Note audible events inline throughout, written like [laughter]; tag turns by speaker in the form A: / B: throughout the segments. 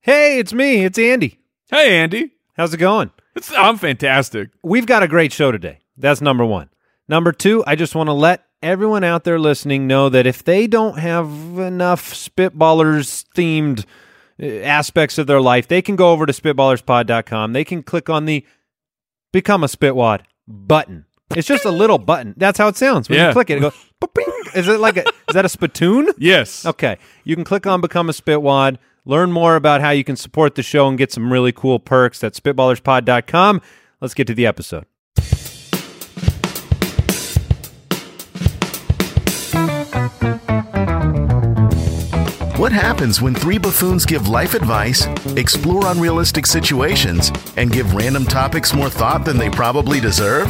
A: Hey, it's me. It's Andy.
B: Hey, Andy.
A: How's it going?
B: It's, I'm fantastic.
A: We've got a great show today. That's number one. Number two, I just want to let everyone out there listening know that if they don't have enough Spitballers themed uh, aspects of their life, they can go over to spitballerspod.com. They can click on the Become a Spitwad button. It's just a little button. That's how it sounds. When you
B: Yeah.
A: click it, it goes. "Ba-ping." Is it like a? Is that a spittoon?
B: Yes.
A: Okay. You can click on Become a Spitwad, learn more about how you can support the show and get some really cool perks. That's spitballerspod.com. Let's get to the episode.
C: What happens when three buffoons give life advice, explore unrealistic situations, and give random topics more thought than they probably deserve?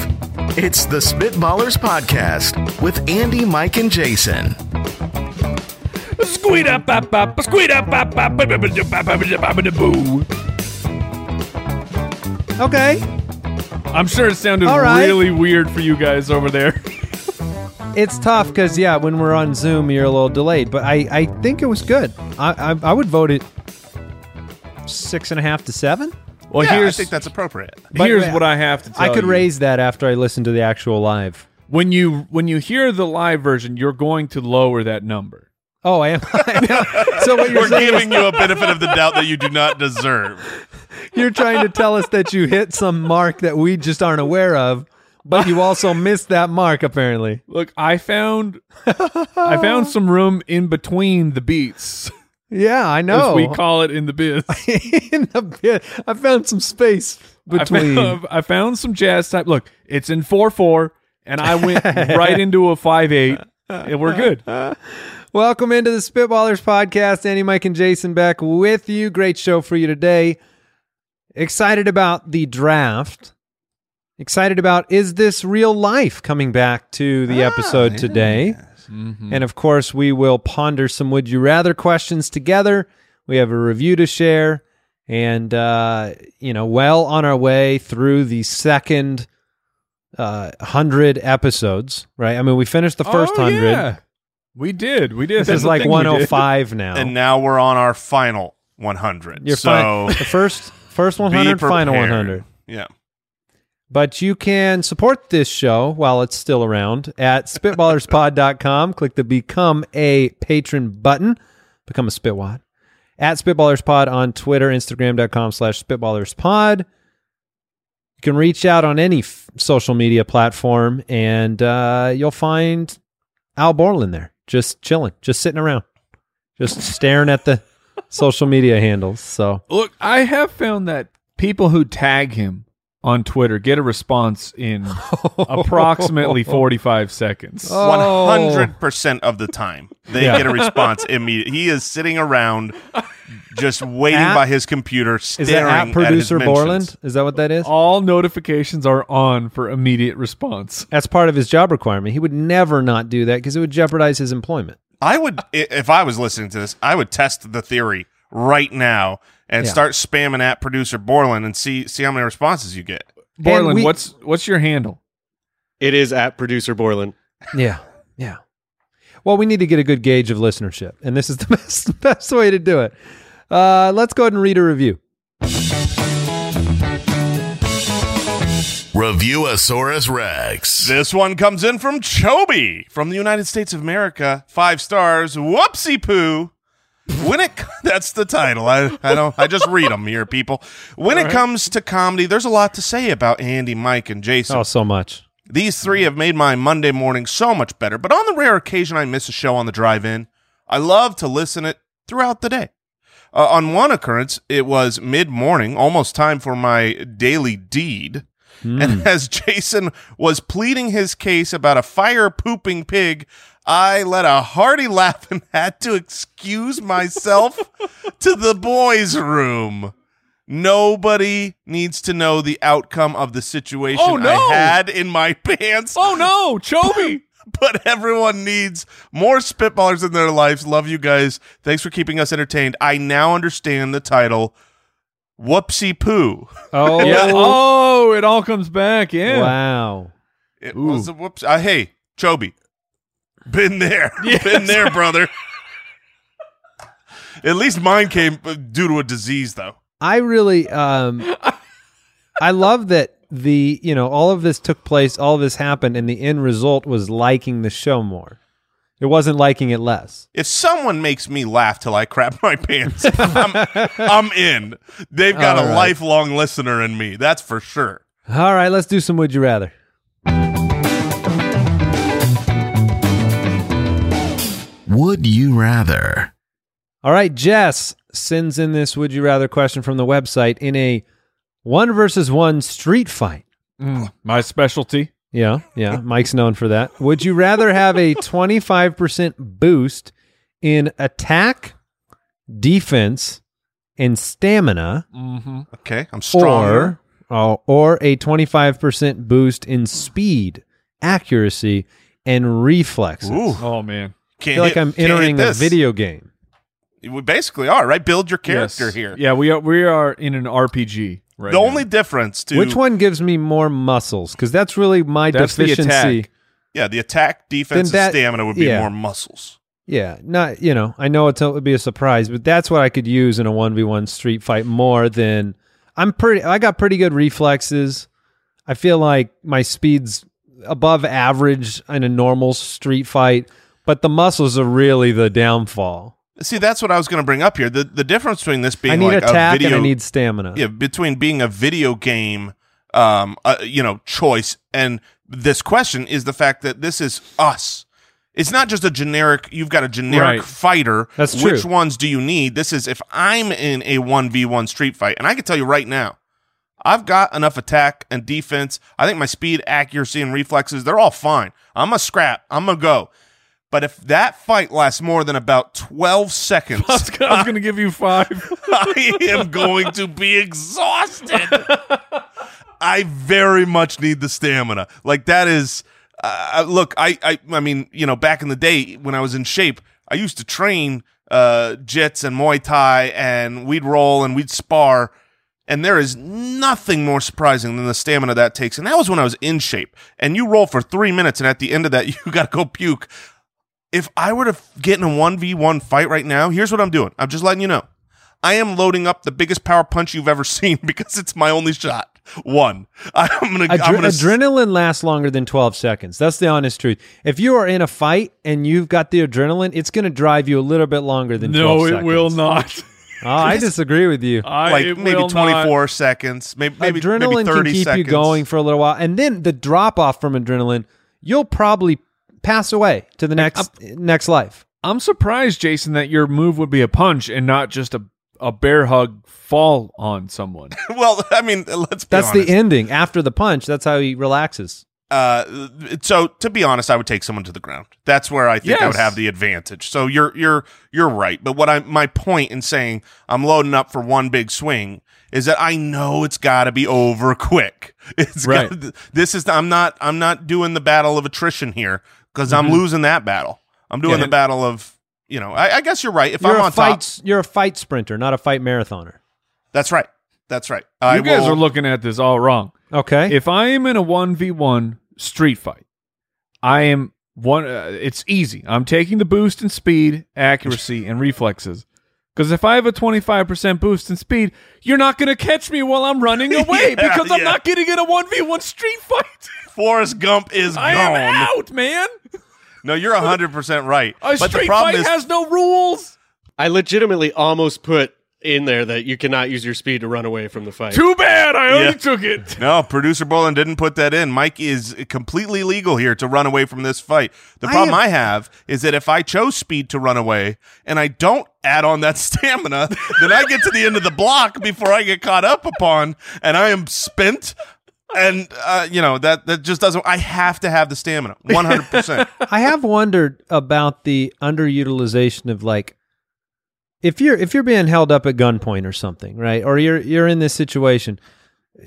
C: It's the Spitballers Podcast with Andy, Mike, and Jason.
B: Squeed up, up, up, squeed up, up, up, boo.
A: Okay.
B: I'm sure it sounded
A: All right.
B: really weird for you guys over there.
A: It's tough because, yeah, when we're on Zoom, you're a little delayed, but I, I think it was good. I, I, I would vote it six and a half to seven.
B: Well, here's
C: that's appropriate.
A: but-
B: here's what I have to tell
A: I could
B: you.
A: raise that after I listened to the actual live.
B: when you when you hear the live version, you're going to lower that number.
A: Oh, I am. [laughs] so what you're
D: We're
A: saying is
D: giving you a benefit of the doubt that you do not deserve.
A: You're trying to tell us that you hit some mark that we just aren't aware of, but you also missed that mark apparently.
B: Look, I found I found some room in between the beats,
A: Yeah, I know.
B: as we call it in the biz.
A: [laughs] In the bit, I found some space between.
B: I found, I found some jazz type. Look, it's in four four, and I went right into a five eight, and we're good.
A: Welcome into the Spitballers podcast. Andy, Mike, and Jason back with you. Great show for you today. Excited about the draft. Excited about is this real life coming back to the episode today.
B: Mm-hmm.
A: And of course, we will ponder some would you rather questions together. We have a review to share. And, uh, you know, well on our way through the second uh, 100 episodes, right? I mean, we finished the [laughs] first
B: Oh,
A: 100.
B: yeah. We did. We did.
A: This is like 105 now.
D: And now we're on our final 100.
A: You're
D: so
A: fine. The first first
D: be
A: 100, final
D: prepared.
A: 100.
D: Yeah.
A: But you can support this show while it's still around at spitballerspod.com. Click the become a patron button. Become a spitwad. At spitballerspod on Twitter, instagram.com slash spitballerspod. You can reach out on any f- social media platform and uh, you'll find Al Borland there, just chilling, just sitting around, just staring at [laughs] the social media handles. So.
B: Look, I have found that people who tag him on Twitter get a response
A: [laughs]
B: in approximately forty five seconds.
A: Oh.
D: 100% of the time, they
A: Yeah.
D: get a response immediately. He is sitting around just waiting
A: At-
D: by his computer,
A: Oh, Is
D: staring
A: that at
D: his
A: producer
D: mentions.
A: Borland? Is that what that is?
B: All notifications are on for immediate response.
A: That's part of his job requirement. He would never not do that because it would jeopardize his employment.
D: I would, i- if I was listening to this, I would test the theory right now and
A: Yeah.
D: start spamming at producer Borland and see see how many responses you get.
B: Borland,
A: we-
B: what's what's your handle?
E: It is at producer Borland.
A: Yeah. Yeah. Well, we need to get a good gauge of listenership, and this is the [laughs] best best way to do it. Uh, let's go ahead and read a review.
C: Review Asaurus Rex.
D: This one comes in from Chobi from the United States of America. Five stars. Whoopsie poo. When it [laughs] that's the title. I, I don't I just read them here, people. When it comes to comedy, there's a lot to say about Andy, Mike, and Jason.
A: Oh, so much.
D: These three have made my Monday morning so much better, but on the rare occasion I miss a show on the drive in, I love to listen it throughout the day. Uh, on one occurrence, it was mid morning, almost time for my daily deed.
B: Hmm.
D: And as Jason was pleading his case about a fire pooping pig, I let a hearty laugh and had to
B: [laughs]
D: excuse myself to the boys' room. Nobody needs to know the outcome of the situation
B: Oh, no.
D: I had in my [laughs] pants,
B: Oh no, [laughs] Chobi.
D: but everyone needs more spitballers in their lives. Love you guys. Thanks for keeping us entertained. I now understand the title Whoopsie Poo.
A: Oh,
B: yeah. Oh, it all comes back. Yeah.
A: wow.
D: It was a whoops. Uh, hey, Chobi. Been there. Been there, brother. At least mine came uh, due to a disease, though.
A: I really um I love that the you know all of this took place, all of this happened, and the end result was liking the show more. It wasn't liking it less.
D: If someone makes me laugh till I crap my pants, [laughs] I'm, I'm in. They've got
A: All
D: a
A: right.
D: lifelong listener in me. That's for sure.
A: All right, let's do some would you rather.
C: Would you rather?
A: All right, Jess sends in this would you rather question from the website in a one versus one street fight.
B: Mm, [laughs] my specialty.
A: Yeah, yeah. Mike's known for that. Would you rather have a 25% boost in attack, defense, and stamina,
B: Mm-hmm.
D: Okay, I'm stronger.
A: or oh, or a 25% boost in speed, accuracy, and reflexes?
D: Ooh,
B: Oh man.
A: I
D: can't
A: feel like
D: hit-
A: I'm
D: can't hit
A: entering a
D: this.
A: video game.
D: We basically are right. Build your [laughs] character
B: Yes.
D: here.
B: Yeah, we are. We are in an RPG. Right.
D: the
B: now. [laughs]
D: only difference to
A: Which one gives me more muscles? Because that's really my
B: That's the
A: deficiency.
B: attack.
D: Yeah, the attack, defense,
A: Then that-
D: and stamina would be
A: yeah.
D: more muscles.
A: Yeah, not you know. I know it's, it would be a surprise, but that's what I could use in a one v one street fight more than I'm pretty. I got pretty good reflexes. I feel like my speed's above average in a normal street fight, but the muscles are really the downfall.
D: See, that's what I was going to bring up here. The the difference between this being
A: I need
D: like a
A: attack
D: video,
A: and I need stamina.
D: yeah, between being a video game, um, uh, you know, choice and this question is the fact that this is us. It's not just a generic. You've got a generic
B: Right.
D: fighter.
A: That's
D: Which
A: true.
D: ones do you need? This is if I'm in a one v one street fight, and I can tell you right now, I've got enough attack and defense. I think my speed, accuracy, and reflexes, they're all fine. I'm a scrap. I'm going to go. But if that fight lasts more than about 12
A: [laughs]
D: seconds,
B: I was, gonna- I was gonna give you [laughs] five.
D: [laughs] I am going to be exhausted. I very much need the stamina. Like that is, uh, look, I, I, I mean, you know, back in the day when I was in shape, I used to train uh, jits and Muay Thai, and we'd roll and we'd spar. And there is nothing more surprising than the stamina that takes. And that was when I was in shape. And you roll for three minutes, and at the end of that, [laughs] you got to go puke. If I were to get in a 1v1 fight right now, here's what I'm doing. I'm just letting you know. I am loading up the biggest power punch you've ever [laughs] seen because it's my only shot. One. I'm gonna.
A: Adre-
D: I'm gonna s-
A: adrenaline lasts longer than 12 seconds. That's the honest truth. If you are in a fight and you've got the adrenaline, it's going to drive you a little bit longer than 12
B: no, it
A: seconds.
B: will not.
A: Oh, I disagree with you.
B: [laughs] I,
D: like
B: it
D: maybe
B: will
D: 24 seconds, maybe [laughs] maybe, maybe
A: adrenaline
D: 30
A: can keep
D: seconds.
A: you
D: [laughs]
A: going for a little while, and then the drop off from adrenaline, you'll probably pass away to the next next life.
B: Not. I'm surprised, Jason, that your move would be a punch and not just a a bear hug fall on someone.
D: well, I mean, let's be
A: That's
D: honest.
A: the ending after the punch. That's how he relaxes.
D: Uh, so to be honest, I would take someone to the ground. That's where I think I would
B: Yes.
D: have the advantage. So you're you're you're right. But what I my point in saying I'm loading up for one big swing is that I know it's got to be over [laughs] quick. It's
B: Right.
D: gotta- this is I'm not I'm not doing the battle of attrition here because I'm losing that battle. I'm doing
B: Mm-hmm. Yeah.
D: the battle of you know. I, I guess you're right. If
A: You're
D: I'm
A: a
D: on
A: fight.
D: top,
A: You're a fight sprinter, not a fight marathoner.
D: that's right. That's right.
B: you guys are looking at this all wrong.
A: Okay.
B: If I am in a 1v1 street fight, I am one uh, it's easy. I'm taking the boost in speed, accuracy and reflexes. Cuz if I have a 25% boost in speed, you're not going to catch me while I'm running away
D: [laughs] Yeah,
B: because I'm
D: yeah.
B: not getting in a 1v1 street fight.
D: Forrest Gump is
B: I
D: gone.
B: am out, man.
D: No, you're 100% right.
B: A
D: but the
B: street
D: problem
B: fight
D: is
B: has no rules.
E: I legitimately almost put in there that you cannot use your speed to run away from the fight.
B: Too bad I already
D: Yeah.
B: took it.
D: [laughs] No, producer Bolin didn't put that in. Mike is completely legal here to run away from this fight. The
A: I
D: problem
A: am-
D: I have is that if I chose speed to run away and I don't add on that [laughs] stamina, then I get to the end of the block before I get caught up upon, and I am spent. And uh, you know that that just doesn't. I have to have the stamina, one hundred percent.
A: I have wondered about the underutilization of like if you're if you're being held up at gunpoint or something, right? Or you're you're in this situation.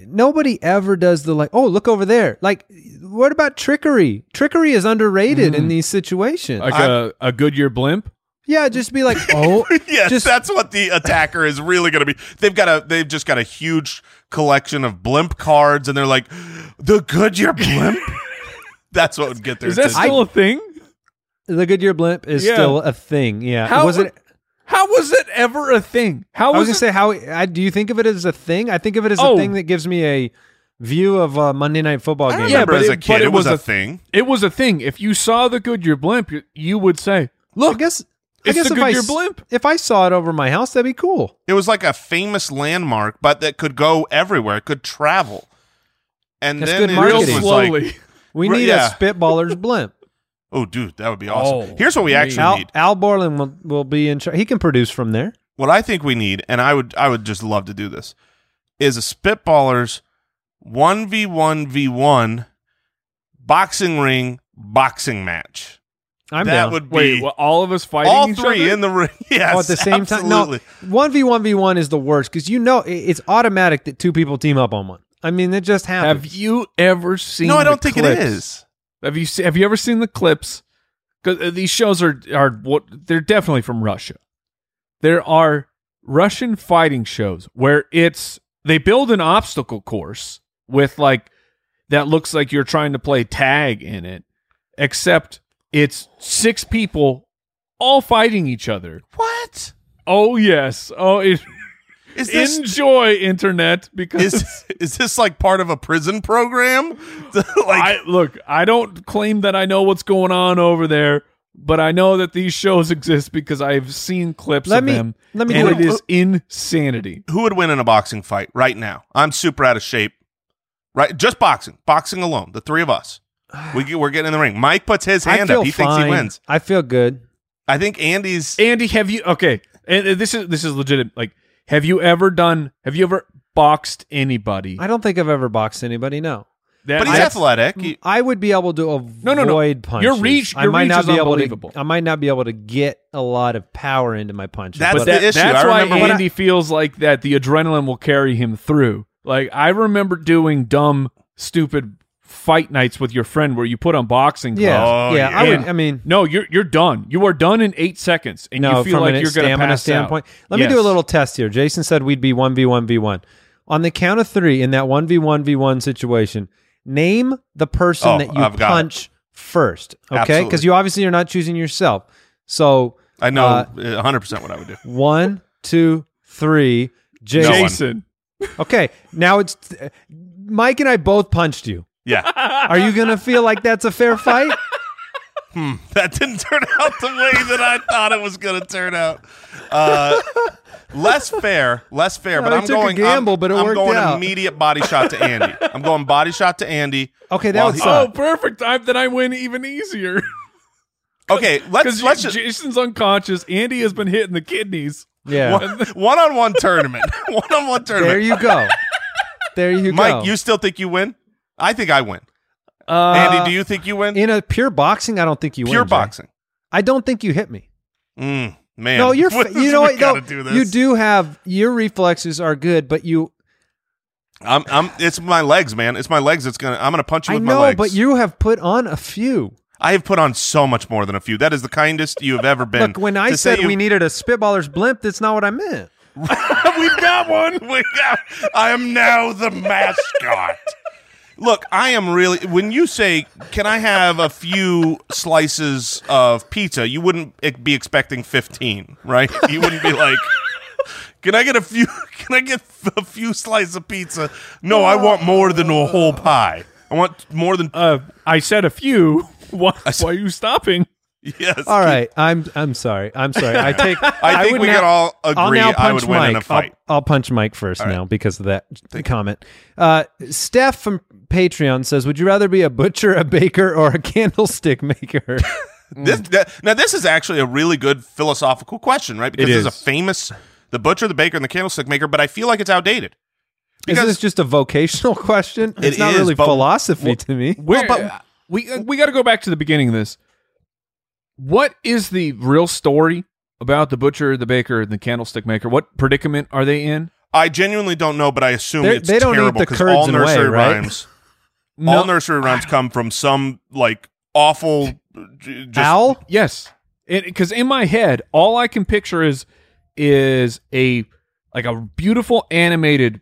A: Nobody ever does the like, oh, look over there. Like, what about trickery? Trickery is underrated
B: Mm.
A: in these situations.
B: Like a, a Goodyear blimp.
A: yeah, just be like,
B: [laughs]
A: oh,
D: Yes,
A: just
D: that's what the attacker is really going to be. They've got a they've just got a huge collection of blimp cards, and they're like, the Goodyear blimp. [laughs] that's what would get their
B: Is that
D: attention.
B: still a thing?
A: the Goodyear blimp is
B: Yeah.
A: still a thing. Yeah,
B: How
A: was
B: would-
A: it?
B: How was it ever a thing? How
A: I was
B: was,
A: gonna say
B: it?
A: how I, do you think of it as a thing? I think of it as a
B: Oh.
A: thing that gives me a view of a Monday night football
D: I
A: game.
B: Yeah,
D: remember
B: but
D: as a
B: it-
D: kid,
B: but
D: it,
B: it
D: was,
B: was
D: a
B: a-
D: thing.
B: It was a thing. If you saw the Goodyear blimp, you, you would say,
A: I
B: "Look,
A: guess I
B: It's
A: guess
B: the
A: if I
B: Goodyear
A: s-
B: blimp.
A: if I saw it over my house, that'd be cool.
D: It was like a famous landmark, but that could go everywhere. It could travel. And
A: That's
D: then
A: good
D: it
B: real
A: marketing.
D: just was
B: slowly." [laughs]
D: like,
A: We
D: Right,
A: need
D: yeah.
A: a spitballer's blimp.
D: oh, dude, that would be awesome.
B: Oh,
D: Here's what we
B: man.
D: actually
A: Al,
D: need.
A: Al Borland will, will be in charge. He can produce from there.
D: What I think we need, and I would, I would just love to do this, is a spitballers one v one v one boxing ring boxing match.
A: I'm
D: that
A: down.
D: would be
B: Wait, what, all of us fighting
D: all
B: each
D: three
B: other?
D: in the ring. [laughs] Yes,
A: Oh, at the same
D: absolutely.
A: time, no. One v one v one is the worst because you know i- it's automatic that two people team up on one. I mean, it just
B: Have
A: happens.
B: you ever seen?
D: No, I
B: the
D: don't think
B: clips?
D: it is.
B: Have you se- have you ever seen the clips? 'Cause, uh, these shows are are what they're definitely from Russia. There are Russian fighting shows where it's they build an obstacle course with like that looks like you're trying to play tag in it, except it's six people all fighting each other.
D: What
B: Oh yes, oh it,
D: is this?
B: enjoy internet because
D: is is this like part of a prison program? [laughs] like
B: I look, I don't claim that I know what's going on over there, but I know that these shows exist because I've seen clips
A: Let
B: of
A: me-
B: them.
A: let me
B: and
A: do
B: it
A: it.
B: is insanity.
D: who would win in a boxing fight right now? I'm super out of shape. Right, just boxing, boxing alone. The three of us, we get, we're getting in the ring. Mike puts his
A: I
D: hand
A: feel
D: up. He
A: fine.
D: thinks he wins.
A: I feel good.
D: I think Andy's.
B: Andy, have you okay? And uh, this is this is legitimate. Like, have you ever done? Have you ever boxed anybody?
A: I don't think I've ever boxed anybody. No,
B: That-
D: but he's
B: that's-
D: athletic. He-
A: I would be able to avoid
B: No, no, no.
A: punches.
B: Your reach-
A: I
B: your
A: might
B: reach
A: not
B: is
A: be able
B: unbelievable.
A: to. I might not be able to get a lot of power into my punches.
D: That's
B: But
A: but
D: the
B: that,
D: issue.
B: that's
D: I
B: why
D: remember when
B: Andy feels like that. The adrenaline will carry him through. Like I remember doing dumb, stupid fight nights with your friend where you put on boxing gloves.
A: yeah,
D: Oh,
A: yeah. I
B: yeah.
A: would. I mean,
B: No, you're you're done. You are done in eight seconds, and
A: no,
B: you feel
A: from
B: like
A: an
B: you're going to
A: stamina
B: pass
A: standpoint.
B: out.
A: Let me do a
B: Yes.
A: little test here. Jason said we'd be one v one v one. On the count of three, in that one v one v one situation, name the person
D: Oh,
A: that you
D: I've got it.
A: punch first. Okay,
D: Absolutely.
A: because you obviously are not choosing yourself. So
D: I know
A: uh,
D: 100 percent what I would do.
A: one, two, three. Jason.
D: No one.
B: Jason.
A: Okay, now it's Mike and I both punched you.
D: Yeah,
A: Are you gonna feel like that's a fair fight?
D: that didn't turn out the way that I thought it was going to turn out. Uh, less fair, less fair.
A: No,
D: but
A: he
D: I'm
A: took a
D: going
A: gamble,
D: I'm,
A: but it
D: I'm
A: worked
D: going
A: out.
D: immediate body shot to Andy. I'm going body shot to Andy.
A: Okay, that
D: Well,
A: would
D: he-
A: suck.
B: Oh, perfect. I, then I win even easier
D: Okay,
B: [laughs]
D: let's
B: because
D: let's just
B: Jason's unconscious. Andy has been hitting the kidneys.
A: yeah,
D: [laughs] one on one tournament. [laughs] One on one
A: there
D: tournament.
A: you go. There you go. Uh,
D: Mike, you still think you win? I think I win. Andy, do you think you win?
A: in a pure boxing, I don't think you
D: Pure
A: win, Jay.
D: boxing.
A: I don't think you hit me.
D: Mm, man.
A: no, you're.
D: [laughs] What-
A: Fa- you know
D: we
A: what?
D: gotta
A: though?
D: do this.
A: you do have your reflexes are good, but you.
D: I'm, I'm. It's my legs, man. It's my legs. It's gonna. I'm gonna punch you
A: I
D: with my
A: know,
D: legs.
A: but you have put on a few.
D: I have put on so much more than a few. That is the kindest you have ever been.
A: Look, when I
D: To say
A: said
D: you-
A: we needed a spitballer's blimp, that's not what I meant.
D: [laughs] we've got one. We got. I am now the mascot. Look, I am really. When you say, "Can I have a few slices of pizza?" You wouldn't ex- be expecting fifteen, right? You wouldn't be like, "Can I get a few? [laughs] Can I get a few slices of pizza?" No, I want more than a whole pie. I want more than
B: Uh, I said a few. [laughs] Why,
D: said-
B: why are you stopping?
D: yes.
A: All right, I'm. I'm sorry. I'm sorry. I take.
D: [laughs] I think
A: would
D: we
A: not-
D: can all agree
A: I'll now punch
D: I would win
A: Mike.
D: in a fight.
A: I'll, I'll punch Mike first now because of that comment. Uh, Steph from Patreon says, "Would you rather be a butcher, a baker, or a [laughs] candlestick
D: [laughs]
A: maker?"
D: Mm. This that, now this is actually a really good philosophical question, right? Because
B: It
D: there's a
B: is.
D: famous the butcher, the baker, and the candlestick maker, but I feel like it's outdated.
A: is
D: Because-
A: this just a vocational [laughs] question? It's not
D: is,
A: really
D: but-
A: philosophy to me.
B: Where,
D: but-
B: we uh, we got to go back to the beginning of this. What is the real story about the butcher, the baker, and the candlestick maker? What predicament are they in?
D: I genuinely don't know, but I assume
A: They're-
D: it's
A: they don't eat
D: terrible
A: the
D: because
A: curds
D: all
A: and whey,
D: nursery
A: right?
D: rhymes, all nursery rhymes come from some like awful. j- Just,
A: Owl?
B: Yes, because in my head, all I can picture is is a like a beautiful animated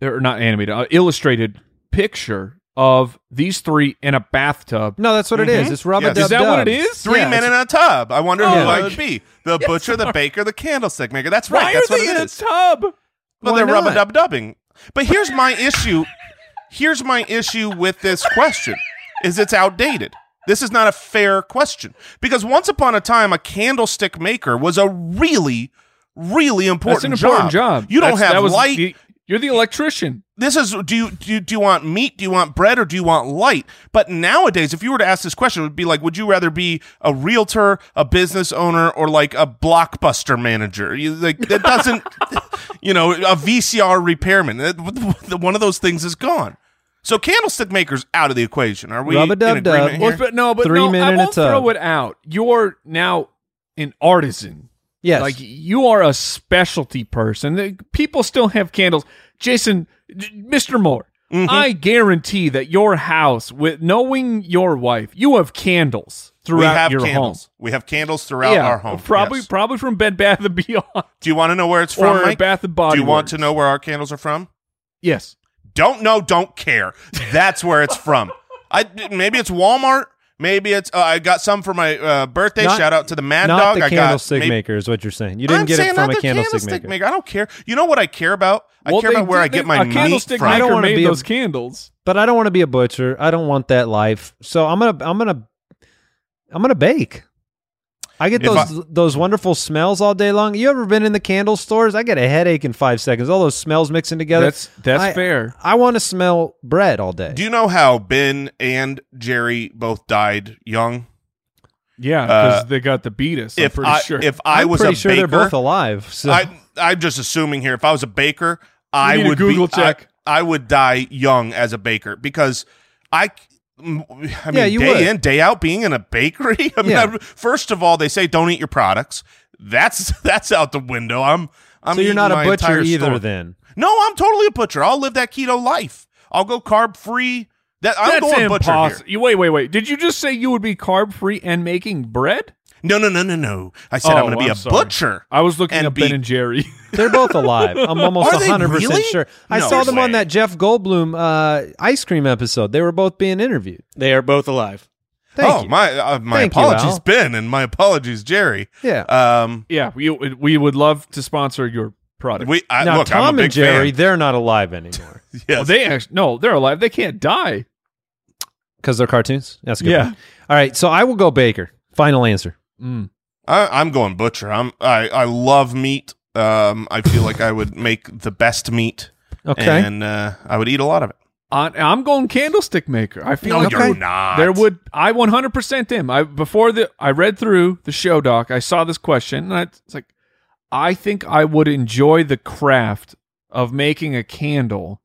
B: or not animated, uh, illustrated picture of these three in a bathtub.
A: No, that's what it is. It's rub a
D: Yes.
A: dub
B: Is that what it is?
D: Three men in a tub. I wonder
B: Oh,
D: who I
B: yeah.
D: would be. The butcher, the baker, the candlestick maker. That's right.
B: Why
D: That's
B: are
D: what
B: they
D: it
B: in
D: is.
B: a tub?
D: Well,
A: Why
D: they're
A: not?
D: rub a dub dubbing. But here's my issue. Here's my issue with this question: is it's outdated. This is not a fair question because once upon a time, a candlestick maker was a really, really important,
B: That's an important job.
D: You don't
B: That's-
D: have
B: that was
D: light.
B: the- you're the electrician.
D: this is do you, do you do you want meat do you want bread or do you want light but nowadays if you were to ask this question it would be like would you rather be a realtor a business owner or like a blockbuster manager you like that doesn't [laughs] you know a vcr repairman That- one of those things is gone so candlestick makers out of the equation are we in
A: Rub-a-dub-dub.
D: agreement
A: Well,
D: here?
A: it's
B: but no, but
A: Three
B: no,
A: men
B: I
A: in a
B: won't
A: tub.
B: throw it out. You're now an artisan.
A: Yes.
B: Like you are a specialty person. The- People still have candles. Jason, d- Mr. Moore,
D: Mm-hmm.
B: I guarantee that your house, with knowing your wife, you have candles
D: we
B: throughout
D: have
B: your
D: candles
B: home.
D: we have candles throughout our home
B: probably
D: yes.
B: probably from Bed Bath and Beyond [laughs]
D: do you want to know where it's from
B: or
D: Mike?
B: Bath and
D: do
B: Body.
D: you want to
B: Works.
D: know where our candles are from
B: Yes.
D: Don't know, don't care. That's where it's from. I maybe it's Walmart. Maybe it's uh, I got some for my uh, birthday.
A: Not-
D: Shout out to the Mad
A: Not
D: Dog.
A: the
D: I got
A: candlestick
D: maybe-
A: maker is what you're saying. You didn't
D: I'm
A: get
D: saying
A: it from
D: not
A: a
D: the
A: candlestick, maker.
D: I don't care. You know what I care about? I
B: Well,
D: care
B: they
D: about where
B: did-
D: I get
B: they-
D: my
B: a
D: meat
B: candlestick
D: from.
A: I don't
B: maker
A: wanna
B: made
A: be a-
B: those candles.
A: But I don't want to be a butcher. I don't want that life. So I'm gonna I'm gonna I'm gonna bake. I get
D: If
A: those those wonderful smells all day long. You ever been in the candle stores? I get a headache in five seconds. All those smells mixing together.
B: That's that's
A: I-
B: fair.
A: I want to smell bread all day.
D: Do you know how Ben and Jerry both died young?
B: Yeah,
D: Uh,
B: because they got the beatus. I'm
D: if
B: pretty
D: I
B: sure.
D: if I
A: I'm
D: was
A: pretty
D: a
A: sure
D: baker,
A: they're both alive. So
D: I, I'm just assuming here. If I was a baker, I
B: need a
D: would be-
B: Google
D: I-
B: check.
D: I, would die young as a baker because I. m- I mean,
A: Yeah, you
D: day
A: would.
D: in, day out, being in a bakery. [laughs] I mean,
A: Yeah.
D: I- first of all, they say don't eat your products. That's [laughs] that's out the window. I'm. I'm
A: so you're
D: eating
A: not a
D: my
A: butcher
D: entire
A: either
D: store.
A: then.
D: No, I'm totally a butcher. I'll live that keto life. I'll go carb free. That I'm
B: That's
D: going butcher here.
B: impossi- You- Wait, wait, wait. Did you just say you would be carb free and making bread?
D: No, no, no, no, no. I said I'm
B: Oh,
D: going to be
B: I'm
D: a
B: sorry.
D: butcher.
B: I was looking
D: And
B: up
D: be-
B: Ben and Jerry.
A: They're both alive. I'm almost
D: [laughs] Are they
A: 100%
D: really?
A: sure. I
D: No
A: saw them on
D: way.
A: that Jeff Goldblum uh, ice cream episode. They were both being interviewed.
E: They are both alive.
A: Thank
D: oh
A: you.
D: my, uh, my
A: Thank you,
D: apologies,
A: Al.
D: Ben, and my apologies, Jerry.
A: Yeah.
D: Um,
B: yeah, we we would love to sponsor your product.
D: we I,
A: now
D: look.
A: Tom
D: I'm a big
A: and Jerry,
D: Fan.
A: they're not alive
D: [laughs]
A: anymore
D: Yes.
B: Well, they actually no, they're alive. They can't die.
A: because they're cartoons. That's a good.
B: Yeah.
A: point. All right, so I will go Baker. Final answer.
D: I, I'm going butcher. I'm. I, I love meat. Um, I feel like I would make the best meat,
A: Okay.
D: and uh, I would eat a lot of it.
B: I, I'm going candlestick maker. I feel
D: No,
B: like
A: Okay.
D: you're not.
B: there would I 100 percent am. I before the I read through the show doc. I saw this question and I it's like, I think I would enjoy the craft of making a candle,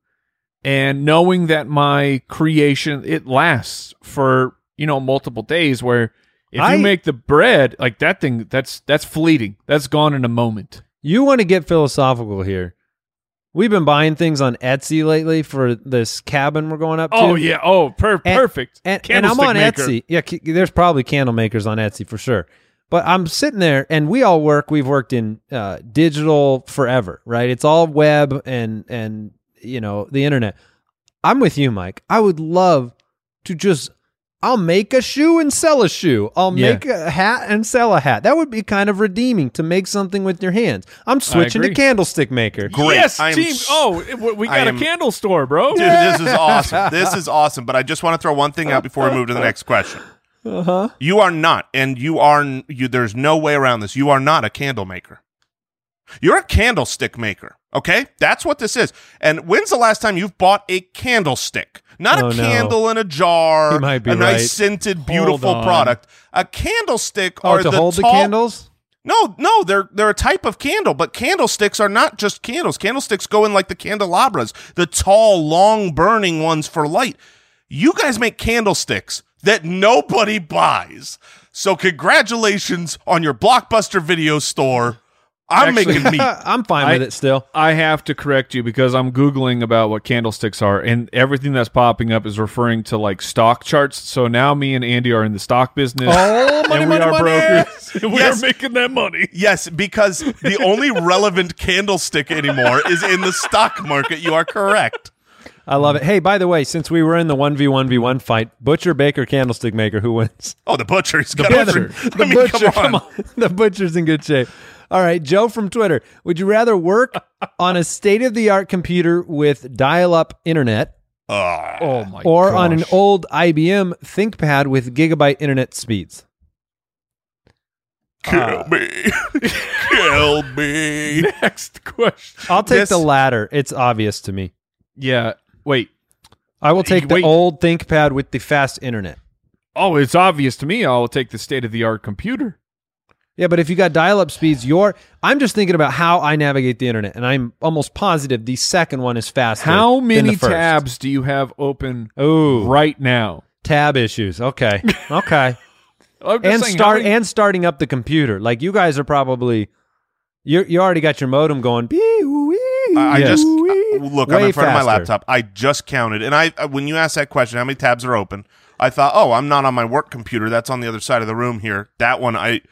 B: and knowing that my creation it lasts for you know multiple days. Where if
A: I-
B: you make the bread like that thing, that's that's fleeting. That's gone in a moment.
A: you want to get philosophical here. We've been buying things on Etsy lately for this cabin we're going up to.
B: Oh yeah. Oh per-
A: And-
B: perfect.
A: And, and I'm
B: Candlestick
A: on
B: maker.
A: Etsy. Yeah, c- there's probably candle makers on Etsy for sure. But I'm sitting there, and we all work. We've worked in uh, digital forever, right? It's all web and and you know the internet. I'm with you, Mike. I would love to just. I'll make a shoe and sell a shoe. I'll
B: Yeah.
A: make a hat and sell a hat. That would be kind of redeeming to make something with your hands. I'm switching to
B: agree.
A: candlestick maker.
D: Great.
B: Yes,
D: I am
B: team.
D: s-
B: Oh, it- we- we
D: I
B: got a
D: am-
B: candle store, bro.
D: Dude, this is awesome. This is awesome. But I just want to throw one thing out before we move to the next question. Uh-huh. You are not, and you are. n- You, there's no way around this. You are not a candle maker. You're a candlestick maker. Okay, that's what this is. And when's the last time you've bought a candlestick? Not
A: Oh,
D: a
A: no.
D: candle in a jar.
A: He might be
D: a
A: right.
D: nice scented, beautiful
B: on.
D: product. A candlestick
A: Oh,
D: are
A: to
D: the
A: hold
D: tall-
A: the
B: [laughs]
A: candles.
D: No, no, they're they're a type of candle, but candlesticks are not just candles. Candlesticks go in like the candelabras, the tall, long burning ones for light. You guys make candlesticks that nobody buys. So congratulations on your blockbuster video store. I'm
B: Actually-
A: [laughs]
D: making
A: [laughs]
D: meat.
A: I'm fine with
B: I-
A: it still.
B: I have to correct you because I'm googling about what candlesticks are, and everything that's popping up is referring to like stock charts. So now me and Andy are in the stock business.
A: Oh, money,
B: and
A: money,
B: we are
A: money.
B: brokers. [laughs] and we
D: Yes.
B: are making that
D: [laughs]
B: money.
D: Yes, because the only relevant candlestick anymore is in the stock market. You are correct.
A: I love it. Hey, by the way, since we were in the 1v1v1 fight, Butcher, Baker, Candlestick Maker, who wins?
D: Oh, the butcher. He's got
A: the,
D: butcher. [laughs] I mean,
A: butcher.
D: come on.
A: the butcher's in good shape. All right, Joe from Twitter. Would you rather
D: [laughs]
A: work on a state of the art computer with dial up internet
D: Ah.
B: Oh my!
A: or on an
B: gosh. [laughs]
A: old IBM ThinkPad with gigabyte internet speeds?
D: Kill me. Kill me.
B: next question.
A: I'll take
D: This-
A: the latter. It's obvious to me.
B: Yeah. Wait.
A: I will take the
B: Wait.
A: old ThinkPad with the fast internet.
B: Oh, it's obvious to me. I'll take the state of the art computer.
A: Yeah, but if you got dial-up speeds, your I'm just thinking about how I navigate the internet, and I'm almost positive the second one is faster.
B: How
A: than
B: many
A: the first.
B: tabs do you have open
A: Ooh,
B: right now?
A: tab issues. Okay, okay.
B: I'm
A: and
B: just saying, how
A: start
B: many-
A: and starting up the computer. Like you guys are probably you you already got your modem going.
D: I, I
A: I
D: just look. I'm
A: Way
D: in front of my
A: faster.
D: laptop. I just counted, and I uh, when you asked that question, how many tabs are open? I thought, oh, I'm not on my work computer. That's on the other side of the room here. That one, I,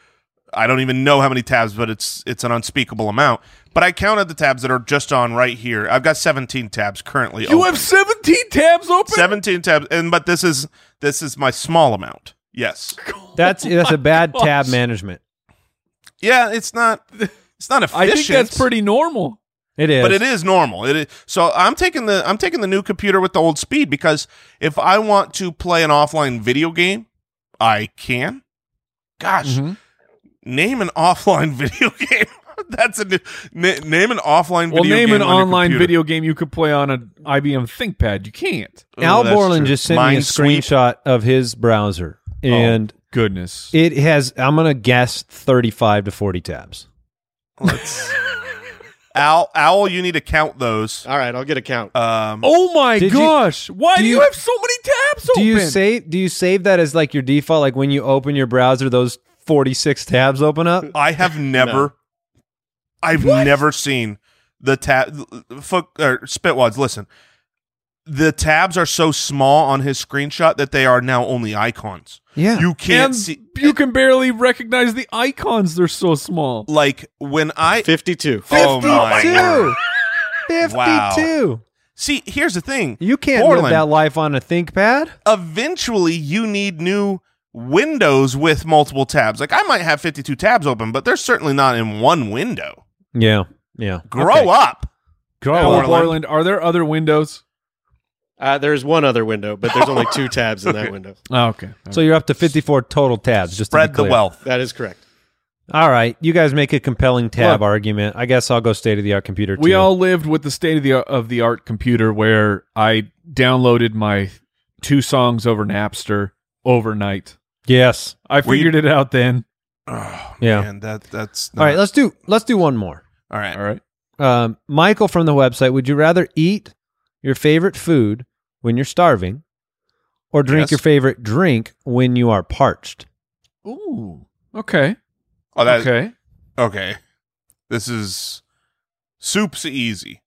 D: I don't even know how many tabs, but it's it's an unspeakable amount. But I counted the tabs that are just on right here. I've got 17 tabs currently.
B: you
D: open.
B: have 17 tabs open.
D: 17 tabs, and but this is this is my small amount.
B: [laughs]
D: Yes,
A: [laughs] that's that's a bad tab
B: gosh.
A: management.
D: yeah, it's not it's not
B: I
D: efficient.
B: think that's pretty normal.
A: It is,
D: but it is normal. It is, so I'm taking the I'm taking the new computer with the old speed because if I want to play an offline video game, I can. Gosh,
A: Mm-hmm.
D: name an [laughs] offline video game. [laughs] That's a new, na- name an offline
B: Well,
D: video
B: name
D: game.
B: an
D: on your
B: online
D: computer.
B: video game you could play on an IBM ThinkPad. You can't.
D: Oh,
A: Al
D: that's
A: Borland
D: true.
A: just sent me a
D: Minesweep.
A: screenshot of his browser and.
B: Goodness.
A: It has. I'm gonna guess 35 to 40 tabs.
D: Let's- Al, Owl, you need to count those.
E: All right, I'll get a count.
D: Um,
B: oh my
A: Did you-
B: gosh. Why
A: do
B: do you,
A: you-
B: have so many tabs
A: Do
B: open?
A: you save? Do you save that as like your default? Like when you open your browser, those 46 tabs open up. [laughs]
D: I have never, I've never seen the tab. Fuck or spitwads. Listen, the tabs are so small on his screenshot that they are now only icons.
A: Yeah.
D: You can't
B: and
D: see
B: you can barely recognize the icons. They're so small.
D: like when I
E: 52.
D: Oh my word.
A: 52. 52.
D: see. Here's the thing.
A: You can't live
D: Borland.
A: that life on a ThinkPad.
D: Eventually, you need new windows with multiple tabs. Like I might have 52 tabs open, but they're certainly not in one window.
A: Yeah. Yeah.
D: Grow up.
A: Grow
B: Now,
D: Borland.
B: Borland. are there other windows?
E: Uh, there's one other window, but there's only
A: [laughs]
E: two tabs in that window.
B: Oh, okay.
A: So you're up to 54 total tabs. Just to
D: Spread
A: be
D: the
A: clear.
D: wealth.
E: That is correct.
A: All right. You guys make a compelling tab
B: Look.
A: argument. I guess I'll go state of the art computer.
B: we
A: too.
B: all lived with the state of the of the art computer where I downloaded my two songs over Napster overnight.
A: Yes.
B: I
D: Were you-
B: figured it out then.
D: Oh,
A: Yeah.
D: man, that that's
A: All right.
D: not-
A: Let's do. Let's do one more.
D: All right.
B: All right.
A: Um, Michael from the website, would you rather eat your favorite food when you're starving or drink
D: Yes.
A: your favorite drink when you are parched?
B: Ooh. Okay.
D: Oh, that,
B: okay.
D: okay, this is soup's easy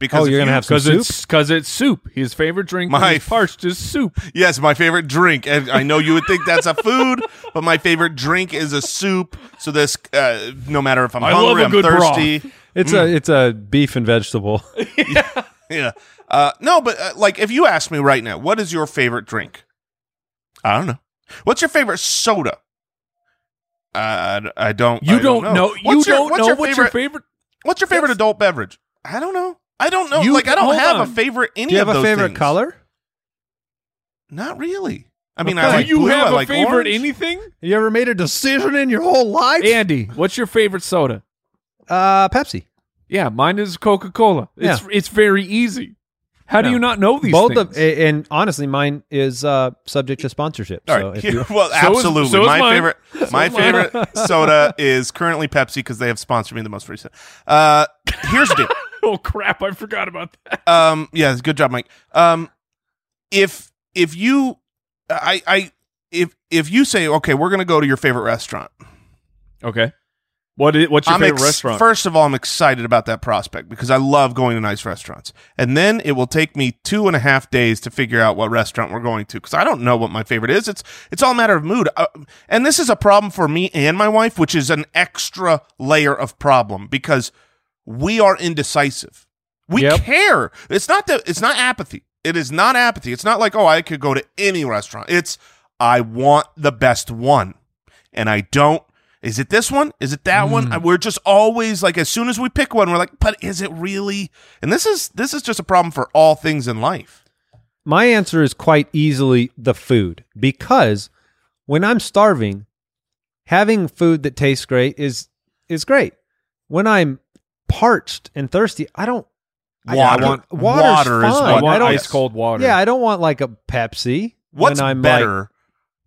D: because
A: Oh,
D: if
A: you're going to
D: you-
A: have some
B: Because
A: soup?
B: it's because it's soup. His favorite drink
D: My
B: when he's
D: f-
B: parched is soup.
D: yes, my favorite drink. And I know you would think that's
B: [laughs]
D: a food, but my favorite drink is a soup. So this, uh, no matter if I'm
B: I love
D: hungry,
B: a
D: I'm
B: good broth.
D: thirsty. [laughs]
A: It's
D: Hmm.
A: a it's a beef and vegetable.
D: Yeah, uh, no, but uh, like if you ask me right now, what is your favorite drink? I don't know. What's your favorite soda? Uh, I, d- I don't.
B: You
D: I
B: don't, know. You
D: What's your-
B: don't know what's your favorite.
D: What's your favorite
B: That's-
D: adult beverage? I don't know. I don't know.
B: You-
D: like I don't
B: hold
D: have a
B: on.
D: favorite any
A: Do you have
D: of
A: a
D: those
A: favorite
D: things.
A: color?
D: Not really. I mean,
A: Okay.
D: I
B: Do
D: like
B: you
D: blue,
B: have
D: I
B: a
D: like
B: favorite
D: orange.
B: anything?
A: You ever made a decision in your whole life?
B: Andy, what's your favorite soda?
A: uh, Pepsi.
B: Yeah, mine is Coca Cola. It's it's very easy. How do
A: Yeah.
B: you not know these?
A: Both
B: things?
A: of a- and honestly, mine is uh, subject to sponsorship.
D: All
A: so if
D: right.
A: you,
D: well,
B: so is-
D: absolutely.
B: so is
D: my
B: mine.
D: favorite, my
B: is mine. [laughs]
D: favorite soda is currently Pepsi because they have sponsored me the most recent. Uh,
B: [laughs]
D: here's the deal.
B: [laughs] oh crap! I forgot about that.
D: Um, yeah, good job, Mike. Um, if if you, I I if if you say okay, we're gonna go to your favorite restaurant.
B: Okay. What is, what's your
D: I'm
B: favorite
D: ex-
B: restaurant?
D: First of all, I'm excited about that prospect because I love going to nice restaurants. And then it will take me two and a half days to figure out what restaurant we're going to because I don't know what my favorite is. It's it's all a matter of mood. Uh, and this is a problem for me and my wife, which is an extra layer of problem because we are indecisive. We
A: Yep.
D: care. It's not that it's not apathy. It is not apathy. It's not like, oh, I could go to any restaurant. It's, I want the best one. And I don't. Is it this one? Is it that one? I- We're just always like, as soon as we pick one, we're like, but is it really? And this is this is just a problem for all things in life.
A: My answer is quite easily the food because when I'm starving, having food that tastes great is is great. When I'm parched and thirsty, I don't I-
D: Water.
A: I, want water's
D: Water is
A: fine.
D: what-
B: I want
A: don't-
B: ice cold water. [laughs]
A: Yeah, I don't want like a Pepsi.
D: What's
A: when I'm
D: better?
A: Like,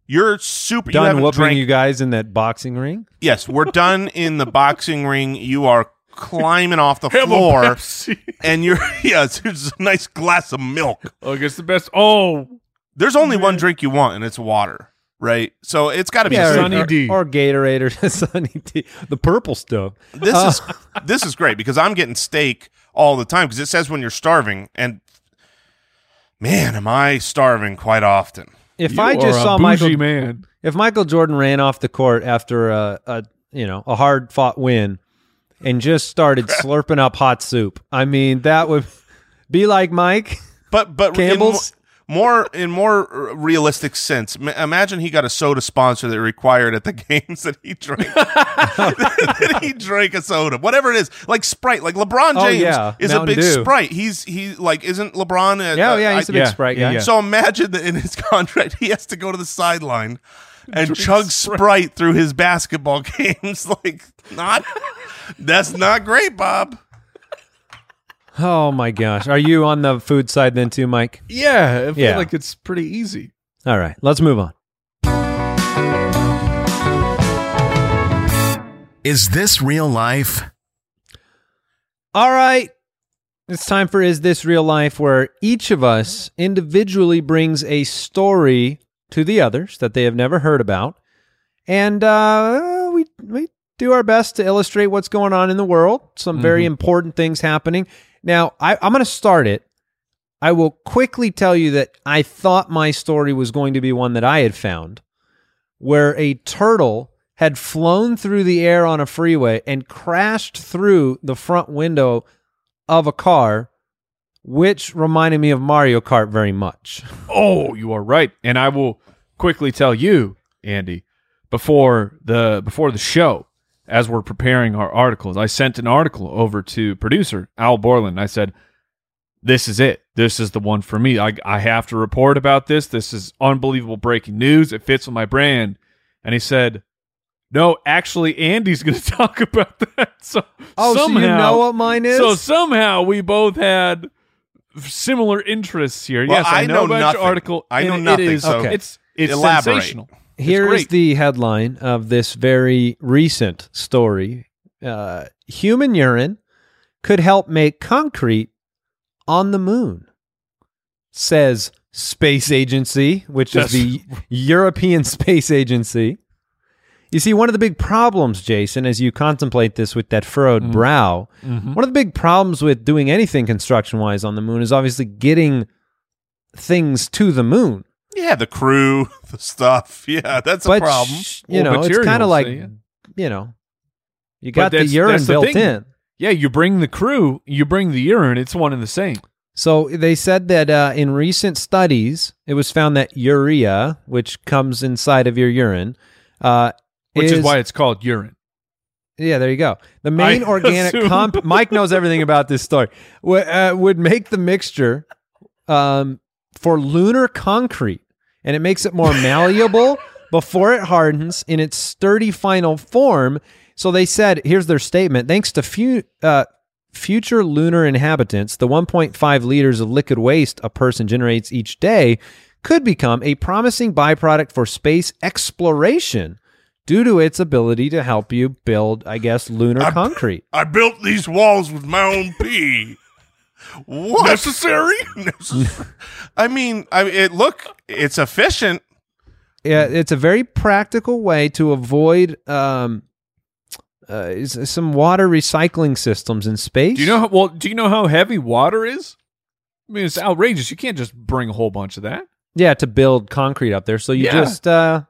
D: You're super. you
A: done
D: haven't
A: whooping
D: drank
A: you guys in that boxing ring.
D: Yes, we're done in the boxing ring. You are climbing off the
B: Have a
D: floor,
B: Pepsi. [laughs]
D: and you're [laughs] yes. There's a nice glass of milk.
B: Look, it's the best. Oh,
D: There's only one drink you want, and it's water, right? So it's got to be.
A: Yeah, or-
D: safe.
B: Sunny
A: or,
B: D.
A: or Gatorade or [laughs] Sunny D, the purple stuff.
D: This is this is great because I'm getting steak all the time because it says when you're starving, and man, am I starving quite often.
A: If
B: you
A: I just
B: are a
A: saw
B: bougie
A: Michael
B: man.
A: if Michael Jordan ran off the court after a, a you know a hard fought win and just started slurping up hot soup, I mean that would [laughs] be like Mike.
D: But but in
A: Campbell's?
D: mo- more in more realistic sense, ma- imagine he got a soda sponsor that required at the [laughs] games that he drank [laughs] that he drank a soda, whatever it is, like Sprite, like LeBron James
A: Oh, yeah.
D: is
A: Mountain
D: a big
A: Dew.
D: Sprite. He's he like isn't LeBron? A,
A: Yeah,
D: a-
A: Oh, yeah,
D: I-
A: he's a big
B: yeah,
A: Sprite
B: yeah,
A: guy.
B: yeah.
D: so imagine that in his [laughs] contract he has to go to the sideline and chug Sprite. through his basketball [laughs] games. like not that's not great, Bob.
A: Oh my gosh, are you on the food side then too, Mike?
B: Yeah, I feel
A: Yeah.
B: like it's pretty easy.
A: All right, let's move on.
C: Is this real life?
A: All right. It's time for Is This Real Life, where each of us individually brings a story to the others that they have never heard about. And uh, we, we do our best to illustrate what's going on in the world, some very important things happening. Now, I, I'm going to start it. I will quickly tell you that I thought my story was going to be one that I had found where a turtle had flown through the air on a freeway and crashed through the front window of a car, which reminded me of Mario Kart very much.
B: Oh, you are right. And I will quickly tell you, Andy, before the before the show, as we're preparing our articles, I sent an article over to producer Al Borland. I said, "This is it. This is the one for me. I I have to report about this. This is unbelievable breaking news. It fits with my brand." And he said, "No, actually, Andy's going to [laughs] talk about that." So
A: Oh,
B: somehow,
A: so you know what mine is?
B: so somehow we both had similar interests here.
D: Well,
B: yes, I,
D: I
B: know,
D: know
B: about
D: nothing.
B: your article.
D: I know
B: and
D: nothing,
B: It is,
D: so
B: It's it's
D: elaborate.
B: sensational.
A: Here is
B: great.
A: the headline of this very recent story uh, Human urine could help make concrete on the moon, says Space Agency, which
B: That's- [laughs]
A: is the European Space Agency. You see, one of the big problems, Jason, as you contemplate this with that furrowed
B: Mm.
A: brow,
B: Mm-hmm.
A: one of the big problems with doing anything construction wise on the moon is obviously getting things to the moon
D: Yeah, the crew, [laughs] the stuff. Yeah, that's a problem.
A: sh- you
B: Well,
A: know, it's kind of
B: materials,
A: like,
B: so yeah.
A: you know, you
B: But
A: got the
B: that's-
A: urine
B: that's the
A: built
B: thing.
A: in.
B: Yeah, you bring the crew, you bring the urine. It's one and the same.
A: So they said that uh, in recent studies, it was found that urea, which comes inside of your urine, uh,
B: Which is, why it's called urine.
A: Yeah, there you go. The
B: [laughs]
A: main
B: I
A: organic
B: assume.
A: comp. Mike knows everything about this story. W- uh, would make the mixture um, for lunar concrete, and it makes it more [laughs] malleable before it hardens in its sturdy final form. So they said, here's their statement. Thanks to few. Uh, Future lunar inhabitants, the 1.5 liters of liquid waste a person generates each day could become a promising byproduct for space exploration due to its ability to help you build, I guess, lunar
B: Ah,
A: concrete.
D: I built these walls with my own pee. What? [laughs] Necessary? I mean, I it look, it's efficient.
A: Yeah, it's a very practical way to avoid um, uh, s- some water recycling systems in space.
B: Do you know how well do you know how heavy water is? I mean, it's outrageous. You can't just bring a whole bunch of that.
A: Yeah, to build concrete up there. So you
B: Yeah.
A: just, uh,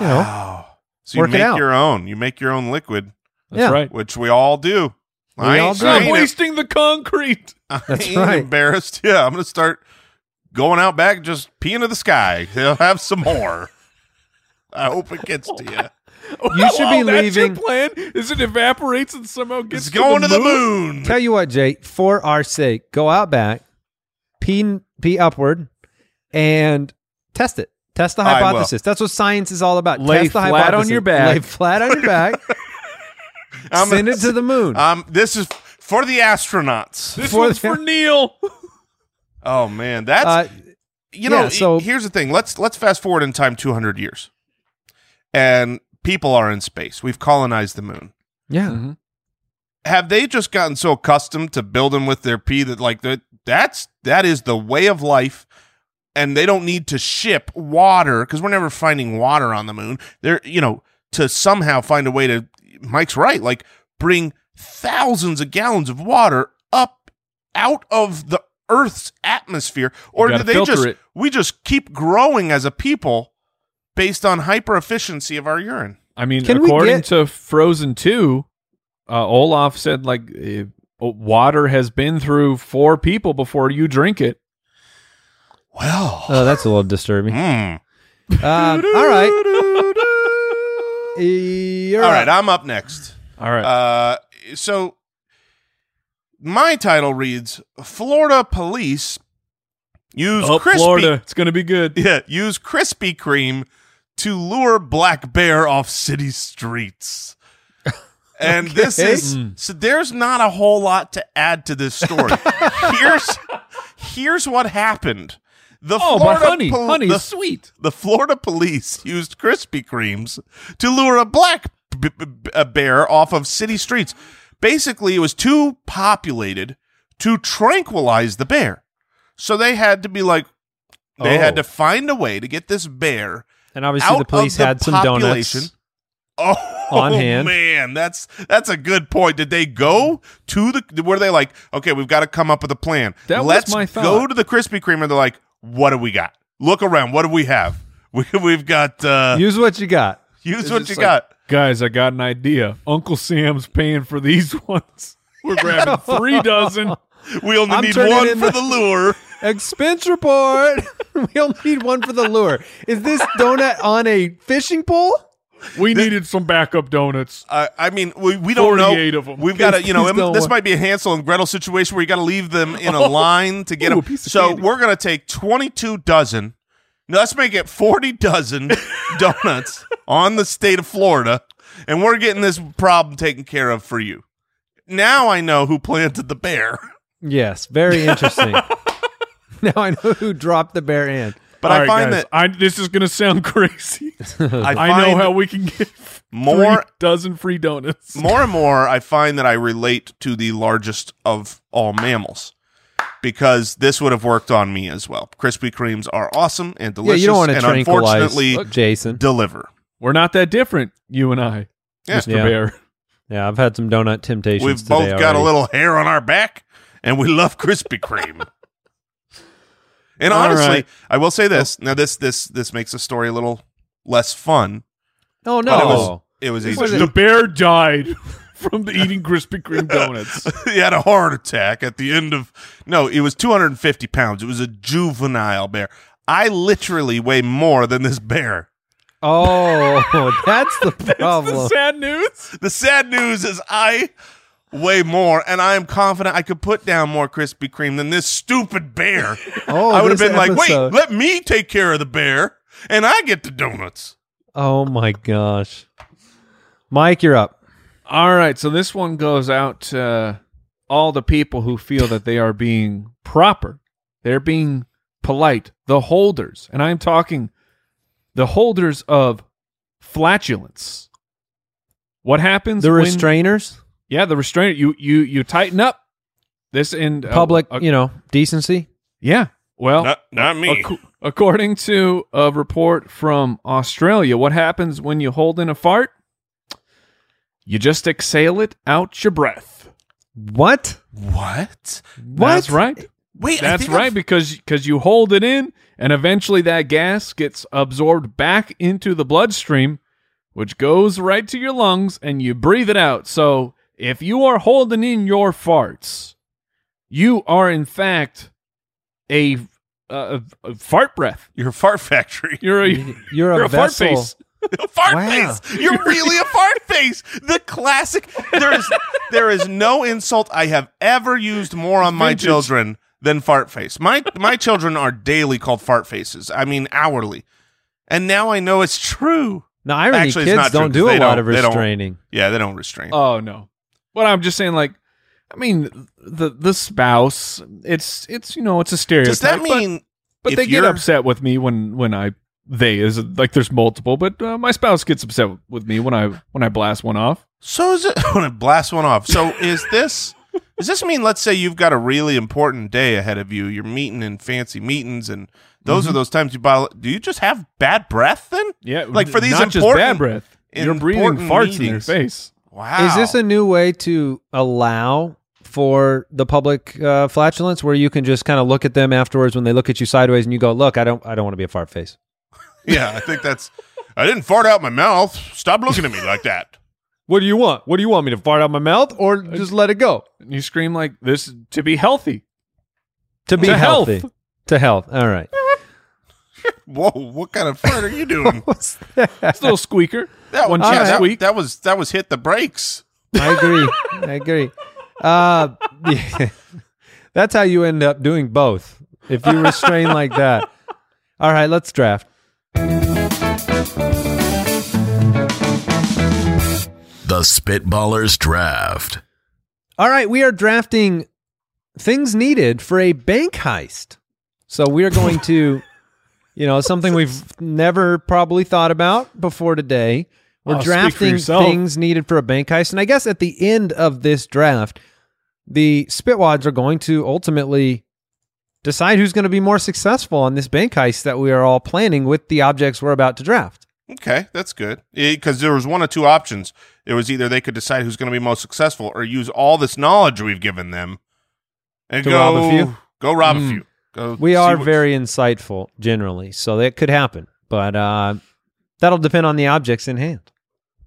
A: you know,
D: Wow. So you
A: Work it
D: make
A: out.
D: your own. You make your own liquid,
B: That's
A: Yeah.
B: right.
D: which we all do.
A: We
D: I
A: all
D: ain't,
A: do.
D: I
B: Stop
D: ain't,
B: wasting the concrete. [laughs]
D: I
A: That's
D: ain't
A: right.
D: [laughs] embarrassed. Yeah, I'm gonna start going out back, just pee into the sky. They'll have some more. I hope it gets
A: [laughs]
D: to you.
B: [laughs]
A: You should be
B: Wow, that's your
A: leaving.
B: plan is it evaporates and somehow gets
D: It's going to the
B: moon?
D: moon.
A: Tell you what, Jay, for our sake, go out back, pee, pee upward, and test it. Test the
D: I will.
A: hypothesis. That's what science is all about. test
B: Lay
A: the
B: flat on
A: hypothesis.
B: your back.
A: Lay flat on your back.
B: [laughs]
D: I'm-
A: send it to the moon.
B: Uh,
D: Um, this is for the astronauts.
B: This
A: For
B: one's
A: the-
B: for Neil.
D: Oh man, that's
A: Uh,
D: you know.
A: yeah, so-
D: i- here's the thing. Let's let's fast forward in time 200 years, and people are in space. We've colonized the moon.
A: yeah.
D: Mm-hmm. have they just gotten so accustomed to building with their pee that like that that's that is the way of life and they don't need to ship water because we're never finding water on the moon they're you know to somehow find a way to mike's right like bring thousands of gallons of water up out of the earth's atmosphere or do
B: gotta
D: they
B: filter
D: just
B: it.
D: we just keep growing as a people based on hyper efficiency of our urine
B: I mean,
A: Can we
B: according
A: get-
B: to Frozen Two, uh, Olaf said like eh, water has been through four people before you drink it.
D: well
A: Oh, that's a little
D: [laughs]
A: disturbing.
D: mm.
A: Um, all right. You're
D: all
A: up.
D: right uh, i'm up next
B: [laughs] All right.
D: Uh, so my title reads Florida police use
B: Up
D: crispy
B: Oh, Florida, it's gonna be good.
D: Yeah, use Krispy Kreme to lure black bear off
B: [laughs]
D: city streets. And this
A: Okay.
D: is
B: Hmm.
D: so there's not a whole lot to add to
B: [laughs]
D: this story. here's here's what happened. The
B: Oh, but
D: Florida
B: honey,
D: pol-
B: honey,
D: the-
B: is sweet.
D: the Florida police used Krispy Kremes to lure a black b- b- b- a bear off of city streets. Basically, it was too populated to tranquilize the bear. So they had to be like, they
A: Oh.
D: had to find a way to get this bear
A: And obviously,
D: out
A: the
D: of
A: police
D: the
A: had some
D: population.
A: donuts.
D: Oh
A: On hand.
D: man, that's that's a good point. Did they go to the? Were they like, okay, we've got to come up with a plan.
B: That was
D: Let's
B: my thought.
D: go to the Krispy Kreme. And they're like, what do we got? Look around. What do we have? [laughs] We, we've got uh,
A: Use what you got.
D: use
B: It's
D: what
B: just
D: you
B: like-
D: got.
B: Guys, I got an idea. Uncle Sam's paying for these [laughs] ones. We're grabbing three dozen.
D: We only
A: I'm
D: need
A: turning
D: one
A: in
D: for
A: the-
D: the lure.
A: Expense report. [laughs] We'll need one for the lure. Is this donut on a fishing pole?
B: We needed some backup donuts.
D: I I mean, we, we don't know.
B: 48 of 'em.
D: We've got
B: [laughs]
D: to, you know,
A: Please don't
D: this
A: worry.
D: might be a Hansel and Gretel situation where you got to leave them in a line to get
B: Oh. Ooh, a
D: them.
B: piece of
D: So
B: candy.
D: we're gonna take twenty-two dozen. Now let's make it
B: [laughs]
D: forty dozen donuts on the state of Florida, and we're getting this problem taken care of for you. Now I know who planted the bear,
A: Yes, very
D: [laughs]
A: interesting. now I know who dropped the bear in.
D: but
B: All
D: I
B: right,
D: find
B: guys,
D: that
B: I, this is gonna sound [laughs] crazy.
D: [laughs] I, find
B: I know how we can get
D: more
B: three dozen free donuts.
D: more and more I find that I relate to the largest of all mammals because this would have worked on me as well. Krispy Kremes are awesome and
A: Yeah,
D: delicious
A: you don't want to
D: and
A: tranquilize
D: unfortunately
A: Jason.
D: deliver.
B: [laughs] We're not that different, you and I,
D: Yeah.
B: Mr.
A: Yeah.
B: Bear.
A: Yeah, I've had some donut temptations.
D: We've
A: today
D: both got a
A: already.
D: little hair on our back and we love Krispy
A: [laughs]
D: Kreme. and
B: All
D: honestly,
B: right.
D: I will say
A: Oh.
D: this. Now this this this makes the story a little less fun.
A: Oh
D: But it was
A: no!
D: it was a
A: What is
B: The bear died [laughs] from the eating Krispy Kreme donuts.
D: [laughs] he had a heart attack at the end of no it was 250 pounds it was a juvenile bear i literally weigh more than this bear [laughs]
A: Oh, that's the problem.
B: the sad news.
D: the sad news is i weigh more and i am confident i could put down more krispy kreme than this stupid
A: [laughs]
D: bear
A: oh,
D: i would have
A: this
D: been like
A: episode.
D: wait let me take care of the bear and i get the donuts
A: oh my gosh, Mike, you're up.
B: All right, so this one goes out to all the people who feel that they are being proper. They're being polite. The holders, and I'm talking the holders of flatulence. What happens?
A: The
B: when-
A: restrainers,
B: yeah, the restraint. You you you tighten up. This in uh,
A: public,
B: uh,
A: you know, decency.
B: yeah.
A: Oh.
B: Well,
D: not, not me
B: Ac- according to a report from Australia, what happens when you hold in a fart? You just exhale it out your breath.
D: [laughs]
A: What?
D: what
B: That's right.
D: wait I
B: That's
D: think I've-
B: right because because you hold it in and eventually that gas gets absorbed back into the bloodstream, which goes right to your lungs and you breathe it out. So if you are holding in your farts, you are in fact a uh, a, a fart breath.
D: You're a fart factory.
B: You're a
A: You- You're a
B: You're a fart
A: vessel.
B: face.
D: a [laughs] fart
A: Wow.
D: face. You're
B: [laughs]
D: really a fart face. The classic. There is there is no insult I have ever used more on my children than fart face. My my children are daily called fart faces. I mean hourly. And now I know it's true.
A: Now, irony
D: Actually, it's
A: kids
D: not true,
A: don't
D: 'cause
A: do a
D: they
A: lot
D: don't-
A: of
D: they don't-
A: restraining.
D: Yeah, they don't restrain.
B: Oh no. But I'm just saying like I mean the the spouse it's it's you know it's a stereotype.
D: Does that
B: but-
D: mean
B: but,
D: if
B: they get
D: you're-
B: upset with me when when I they is like there's multiple but uh, my spouse gets upset with me when I when I blast one off.
D: So is it? [laughs] I'm gonna blast one off. So is this? Does this mean? Let's say you've got a really important day ahead of you. You're meeting in fancy meetings, and those are those times you buy. Do you just have bad breath then?
B: Mm-hmm. Yeah,
D: Like for these
B: not just
D: important.
B: bad breath. You're breathing
D: important
B: farts in their
D: meetings.
B: face.
D: Wow.
A: Is this a new way to allow for the public uh, flatulence, where you can just kind of look at them afterwards when they look at you sideways, and you go, "Look, I don't, I don't want to be a fart face."
D: [laughs] Yeah, I think that's. I didn't fart out my mouth. Stop looking at me like that.
A: What do you want? What do you want me to fart out my mouth, or
D: Uh,
A: just let it go
B: And you scream like this to be healthy.
A: to be
B: To health.
A: healthy? To health. All right.
D: [laughs] Whoa! What kind of fart are [laughs] you doing?
A: What's that?
B: It's a
D: [laughs]
B: little squeaker.
D: That
B: One
D: yeah,
B: chance
D: that,
B: week.
D: that was that was hit the brakes.
A: I agree. I agree. Uh, [laughs] yeah. That's how you end up doing both if you restrain like that. All right, let's draft.
C: The Spitballers Draft.
A: All right, we are drafting things needed for a bank heist. So we are going
B: [laughs]
A: to, you know, something we've never probably thought about before today. We're
B: Oh, speak for
A: drafting
B: yourself.
A: things needed for a bank heist. And I guess at the end of this draft, the Spitwads are going to ultimately decide who's going to be more successful on this bank heist that we are all planning with the objects we're about to draft.
D: Okay, that's good. Because there was one of two options. It was either they could decide who's going to be most successful, or use all this knowledge we've given them and
A: To
D: go
A: rob a few? Hmm.
D: Go rob a
B: Mm.
D: few. Go
A: We
D: see
A: are
D: what-
A: very insightful generally, so that could happen. But uh, that'll depend on the objects in hand.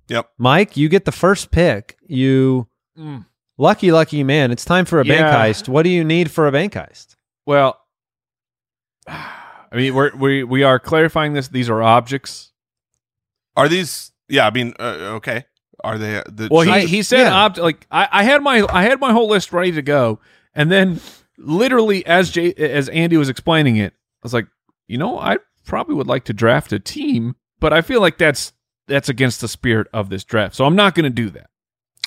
D: Yep.
A: Mike, you get the first pick. You
B: Mm.
A: lucky, lucky man. It's time for a bank
B: Yeah.
A: heist. What do you need for a bank heist?
B: Well, [sighs] I mean we're, we we are clarifying this. These are objects.
D: Are these? Yeah, I mean, uh, okay. Are they? uh, The,
B: Well,
A: I-
B: he, he said
A: yeah.
B: opt like I, I had my I had my whole list ready to go, and then literally as Jay as Andy was explaining it, I was like, you know, I probably would like to draft a team, but I feel like that's that's against the spirit of this draft, so I'm not going to do that.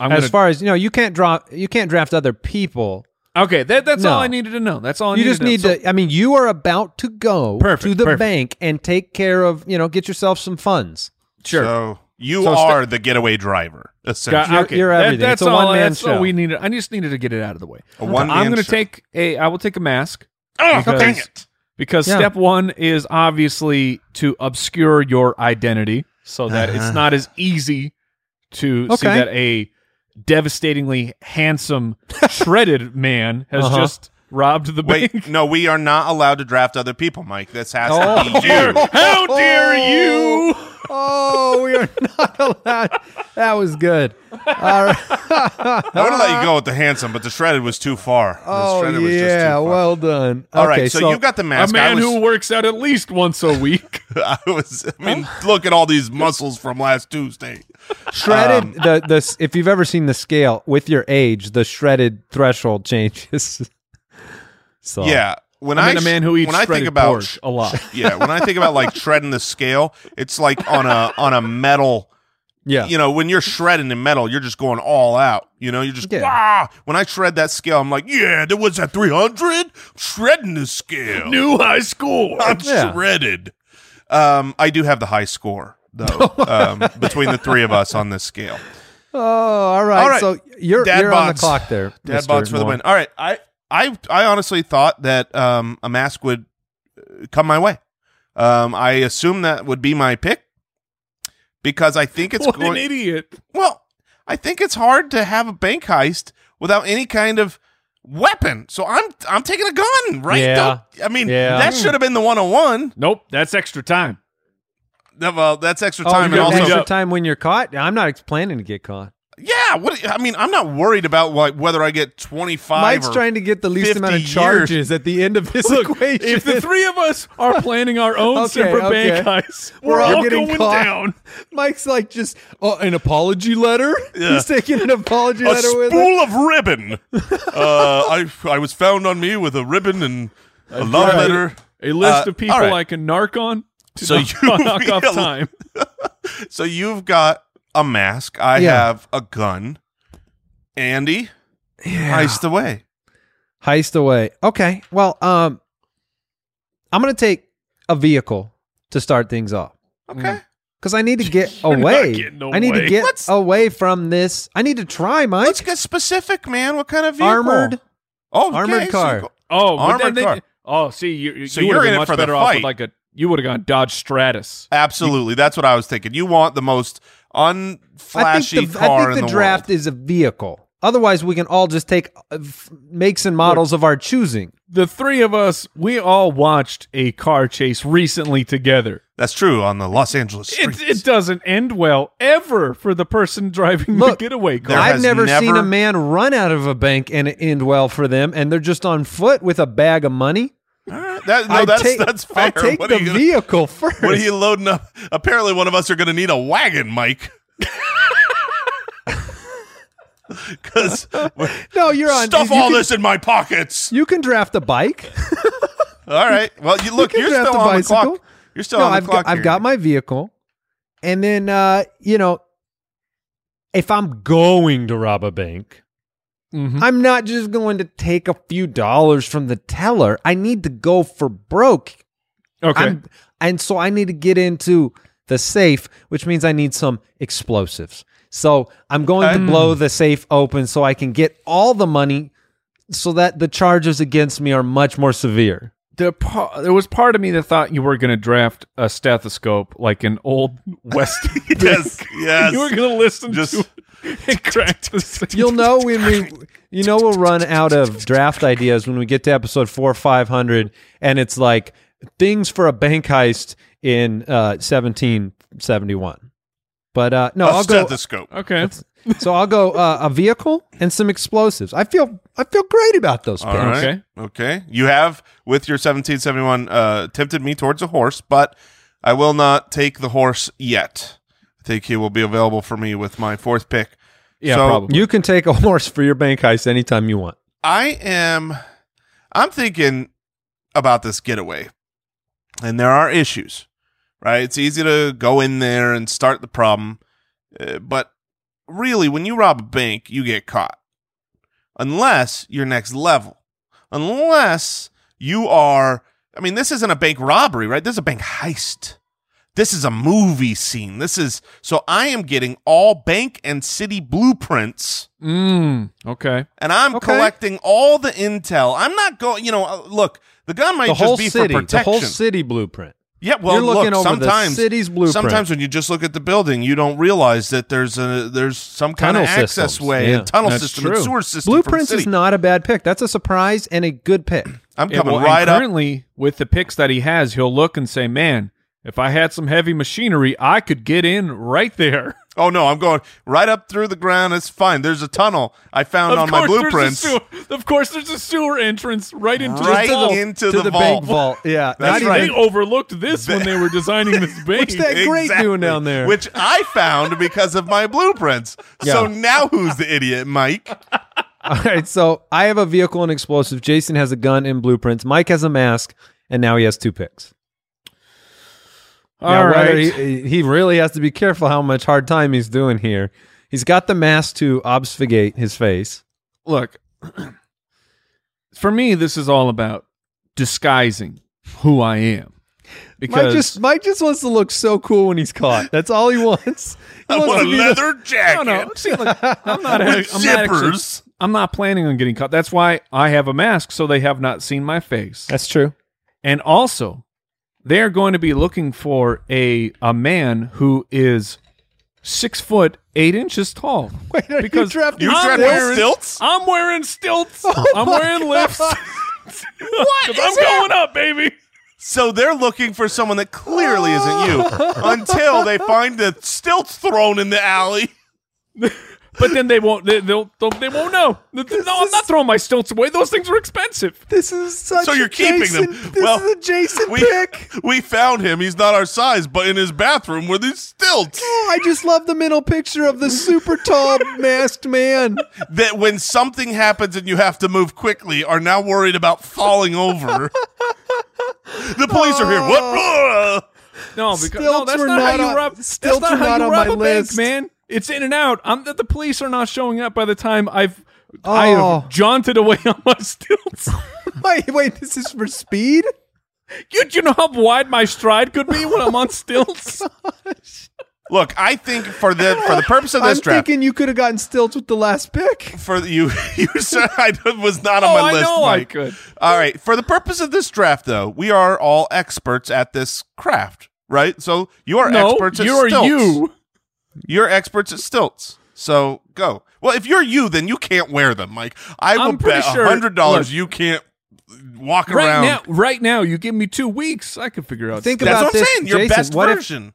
B: I'm
A: as
B: gonna,
A: far as you know, you can't draw. You can't draft other people.
B: okay, that, that's all
A: No.
B: I needed to know. That's all I
A: You
B: needed
A: just
B: to know.
A: need
B: So-
A: to. I mean, you are about to go
B: Perfect,
A: to the
B: perfect.
A: bank and take care of. You know, get yourself some funds.
B: sure.
D: So you
B: So sta-
D: are the getaway driver,
B: Got-
D: essentially.
A: You're-
B: okay.
A: you're
B: That-
A: everything.
B: that's
A: It's a
B: all.
A: one-man
B: That's all
A: show.
B: we needed. I just needed to get it out of the way.
D: A one
B: I'm going to take a. I will take a mask.
D: Oh,
B: because-
D: dang it!
B: because
A: Yeah.
B: step one is obviously to obscure your identity so that
D: Uh-huh.
B: it's not as easy to see
A: Okay.
B: that a devastatingly handsome shredded man has
A: Uh-huh.
B: just robbed the
D: [laughs] Wait,
B: bank
D: no, we are not allowed to draft other people, Mike. This has
A: Oh.
D: to be
B: [laughs]
D: you.
B: [laughs] how dare you
A: Oh, we are [laughs] not allowed. That was good. All right.
D: I would have let you go with the handsome, but the shredded was too far. The
A: Oh
D: shredded was just too
A: yeah,
D: far.
A: well done.
D: All right,
A: okay,
D: so, you got the
B: a
D: mask.
B: man
D: I was,
B: who works out at least once a week
D: [laughs] I was. I
B: [laughs]
D: mean, look at all these muscles from last Tuesday. Um,
A: shredded the the if you've ever seen the scale with your age, the shredded threshold changes. [laughs] so
D: Yeah, when
B: i
D: I,
B: mean a
D: sh-
B: man who eats
D: when I think
B: shredded
D: about
B: Porsche a lot
D: [laughs] yeah, when I think about like shredding the scale, it's like on a on a metal.
A: yeah,
D: You know, when you're shredding the metal, you're just going all out. You know, you're just
A: Yeah.
D: wow. When I shred that scale, I'm like, yeah, there was that 300 shredding the scale.
B: [laughs] new high [laughs] school
D: I'm
A: Yeah.
D: shredded. Um, I do have the high score
A: [laughs]
D: though um, between the three of us on this scale.
A: Oh, all right.
D: All right.
A: So you're,
D: Dad
A: you're on the
D: bods.
A: clock there,
D: Dad
A: Mr.
D: bots for the
A: Moore.
D: win. All right, I I I honestly thought that um, a mask would uh, come my way. Um, I assume that would be my pick because I
A: [laughs]
D: think it's
B: what an
D: going.
B: idiot
D: Well, I think it's hard to have a bank heist without any kind of weapon. So I'm I'm taking a gun, right?
A: Yeah.
D: Don't- I mean,
A: Yeah.
D: that should have been the one on one.
B: nope that's extra time
D: Well, that's extra
A: Oh,
D: time,
A: you
D: and
A: got
D: also
A: extra time when you're caught. I'm not ex- planning to get caught.
D: Yeah, what I mean, I'm not worried about like whether I get 25
A: Mike's
D: or
A: trying to get the least
D: 50
A: amount of
D: years.
A: charges at the end of his equation.
B: If the three of us are planning our
D: [laughs]
B: own
A: Okay,
B: separate bank
A: okay.
B: heist, we're,
A: We're
B: all
A: getting
B: going
A: caught.
B: down.
A: [laughs] Mike's like just oh, an apology letter. He's taking an apology
D: a
A: letter with him.
D: spool of
A: [laughs]
D: ribbon. uh, I I was found on me with a ribbon and a love
B: Right.
D: letter.
B: A list
D: Uh,
B: of people
D: all right.
B: I can narc on. To
D: So
B: so
D: you
B: you [laughs] knock off
D: real-
B: time.
D: So you've got a mask. I
A: Yeah.
D: have a gun. Andy, heist away.
A: Heist away. Okay. Well, um, I'm gonna take a vehicle to start things off.
D: Okay.
A: Because I need to
D: [laughs]
A: get
B: You're not
A: away.
B: getting
A: I need to
B: away.
A: get
D: Let's-
A: away from this. I need to try, Mike.
D: Let's get specific, man. What kind of vehicle?
A: Armored.
D: Oh, okay.
A: armored
D: So
A: car.
D: you go-
B: Oh, but then
D: Armored
B: they-
D: car.
B: Oh, see, you,
D: So
B: you
D: you're
B: would have
D: in it
B: much
D: for the
B: better off
D: fight.
B: with like a. You would have gone Dodge Stratus.
D: Absolutely. That's what I was thinking. You want the most unflashy
A: I think the,
D: car
A: I think
D: in
A: the,
D: the
A: draft
D: world.
A: is a vehicle. Otherwise, we can all just take uh, f- makes and models of our choosing.
B: The three of us, we all watched a car chase recently together.
D: That's true on the Los Angeles streets.
B: It, it doesn't end well ever for the person driving
A: Look,
B: the getaway car.
D: There
A: I've
D: has
A: never, seen
D: never-
A: a man run out of a bank and it end well for them, and they're just on foot with a bag of money.
D: That- no,
A: I
D: that's
A: take-
D: that's fair.
A: I'll take
D: What are
A: the
D: you gonna-
A: vehicle [laughs] first.
D: What are you loading up? Apparently, one of us are going to need a wagon, Mike. [laughs] Because
A: no, [laughs] you're on.
D: stuff
A: you
D: all
A: can-
D: this in my pockets.
A: You can draft a
D: [laughs]
A: bike.
D: all right. Well, you look.
A: can
D: You are
A: draft
D: still
A: a
D: on the
A: bicycle.
D: clock. You're still
A: no,
D: on the
A: I've
D: clock.
A: got, I've
D: here.
A: got my vehicle, and then uh, you know, if I'm going to rob a bank,
B: Mhm.
A: I'm not just going to take a few dollars from the teller. I need to go for broke.
B: Okay.
A: I'm, and so I need to get into the safe, which means I need some explosives. So I'm going to
D: Okay.
A: blow the safe open so I can get all the money so that the charges against me are much more severe.
B: the par- there was part of me that thought you were going to draft a stethoscope like an
D: [laughs]
B: old west.
A: [laughs]
D: Yes. Yes.
B: you were going to listen
D: Just- [laughs]
B: to it and crack the safe.
A: You'll know when we, you know, we'll run out of draft ideas when we get to episode four, five hundred, and it's like things for a bank heist in uh, seventeen seventy one. But uh, no,
D: a
A: I'll go.
D: stethoscope.
B: Okay.
A: So I'll go uh, a vehicle and some explosives. I feel I feel great about those.
D: All
A: picks.
D: right.
B: Okay.
D: Okay. You have with your 1771 uh, tempted me towards a horse, but I will not take the horse yet. I think he will be available for me with my fourth pick.
B: Yeah,
D: So-
B: probably.
A: You can take a [laughs] horse for your bank heist anytime you want.
D: I am I'm thinking about this getaway. And there are issues. Right? It's easy to go in there and start the problem. uh, but really when you rob a bank, you get caught. Unless you're next level. Unless you are I mean this isn't a bank robbery, right? This is a bank heist. This is a movie scene. This is so I am getting all bank and city blueprints
B: Mm, okay.
D: and I'm
A: Okay.
D: collecting all the intel. I'm not going. You know, uh, look, the gun might
A: The whole
D: just be
A: city,
D: for
A: the
D: protection.
A: whole city blueprint.
D: yeah, well,
A: You're looking
D: look,
A: over the
D: sometimes
A: city's blueprint.
D: Sometimes when you just look at the building, you don't realize that there's a there's some kind
A: Tunnel
D: of access
A: systems,
D: way
A: yeah.
D: and tunnel
B: That's
D: system
B: true.
D: and sewer system. for the
A: Blueprints is
D: city.
A: not a bad pick. That's a surprise and a good pick.
D: I'm
B: Yeah,
D: coming
B: well, and
D: right up.
B: currently, with the picks that he has, he'll look and say, "Man, if I had some heavy machinery, I could get in right
D: [laughs]
B: there."
D: Oh no, I'm going right up through the ground. It's fine. There's a tunnel I found on my
B: course there's a
D: blueprints.
B: sewer- of course, there's a sewer entrance right into
D: Right
B: the vault.
A: to
D: into the,
A: the
D: vault.
A: bank vault. Yeah,
D: That's
A: not
D: right.
A: even
B: They overlooked this when they were designing
D: [laughs]
B: this bank.
A: What's that [laughs] great doing down there?
D: Which I found because of my blueprints. So
A: Yeah.
D: now who's the idiot, Mike?
A: All right, so I have a vehicle and explosive. Jason has a gun and blueprints. Mike has a mask, and now he has two picks.
B: All
A: whether
B: right.
A: he, he really has to be careful how much hard time he's doing here. He's got the mask to obfuscate his face.
B: Look, [clears throat] for me, this is all about disguising who I am.
A: Mike
B: Because
A: just Mike just wants to look so cool when he's caught. That's all he [laughs] wants. He
D: I
A: wants
D: want a
A: to be the-
D: leather
B: no,
D: jacket.
B: no. See, look, I'm not. I'm
D: With
B: not actually-
D: zippers.
B: I'm not planning on getting caught. That's why I have a mask, so they have not seen my face.
A: That's true.
B: And also, they're going to be looking for a a man who is six foot eight inches tall.
A: [laughs] Wait, are
B: Because
A: you drafting Oh
D: You
B: I'm
D: tried
B: wearing-
D: wearing stilts?
B: I'm wearing stilts.
A: [laughs]
B: I'm wearing lifts. what? I'm going up, baby.
D: So they're looking for someone that
A: [laughs]
D: clearly isn't you until they find the stilts thrown in the alley.
B: but then they won't. They, they'll, they'll. They
A: [laughs]
B: won't know. No, I'm not throwing my stilts away. Those things are expensive.
A: [laughs] This is such.
D: So you're
A: a
D: keeping
A: Jason-
D: them.
A: This
D: Well,
A: is a Jason
D: we,
A: pick.
D: we found him. He's not our size, but in his bathroom were
A: [laughs]
D: these stilts
A: Oh, I just love the mental picture of the super
D: [laughs]
A: tall masked man.
D: that when something happens and you have to move quickly are now worried about falling over. the police are
A: [laughs]
D: here. What?
B: No, because no,
A: Stilts
B: that's
A: were
B: not,
A: not
B: how
A: on-
B: you rob.
A: stilts
B: Stilts that's
A: were
B: not how
A: not
B: you
A: on my
B: rob a
A: list.
B: bank, man. It's in and out. I'm the, the police are not showing up by the time I've I
A: Oh.
B: have jaunted away [laughs] on my
A: [laughs]
B: stilts.
A: Wait, wait, this is for speed?
B: you, you know how wide my stride could be
A: [laughs]
B: when I'm on stilts.
D: Look, I think for the for the purpose of
A: I'm
D: this draft,
A: thinking you could have gotten stilts with the last pick.
D: for the- you, [laughs] you said I was not on
B: Oh,
D: my
B: I
D: list.
B: know I
D: Mike.
B: could.
D: All right. For the purpose of this draft, though, we are all experts at this craft, right? So you are
B: no,
D: experts at
B: you're
D: stilts.
B: you.
D: You're experts at stilts. So go. Well, if you're you, then you can't wear them, Mike. I will
B: I'm pretty
D: bet
B: sure-
D: hundred dollars
B: look.
D: you can't walk
B: right
D: around.
B: now right now you give me two weeks i could figure out
A: Think
B: stuff.
A: about
B: [laughs]
D: That's what I'm
A: this,
D: saying. Your
A: Jason,
D: best
A: what if-
D: version.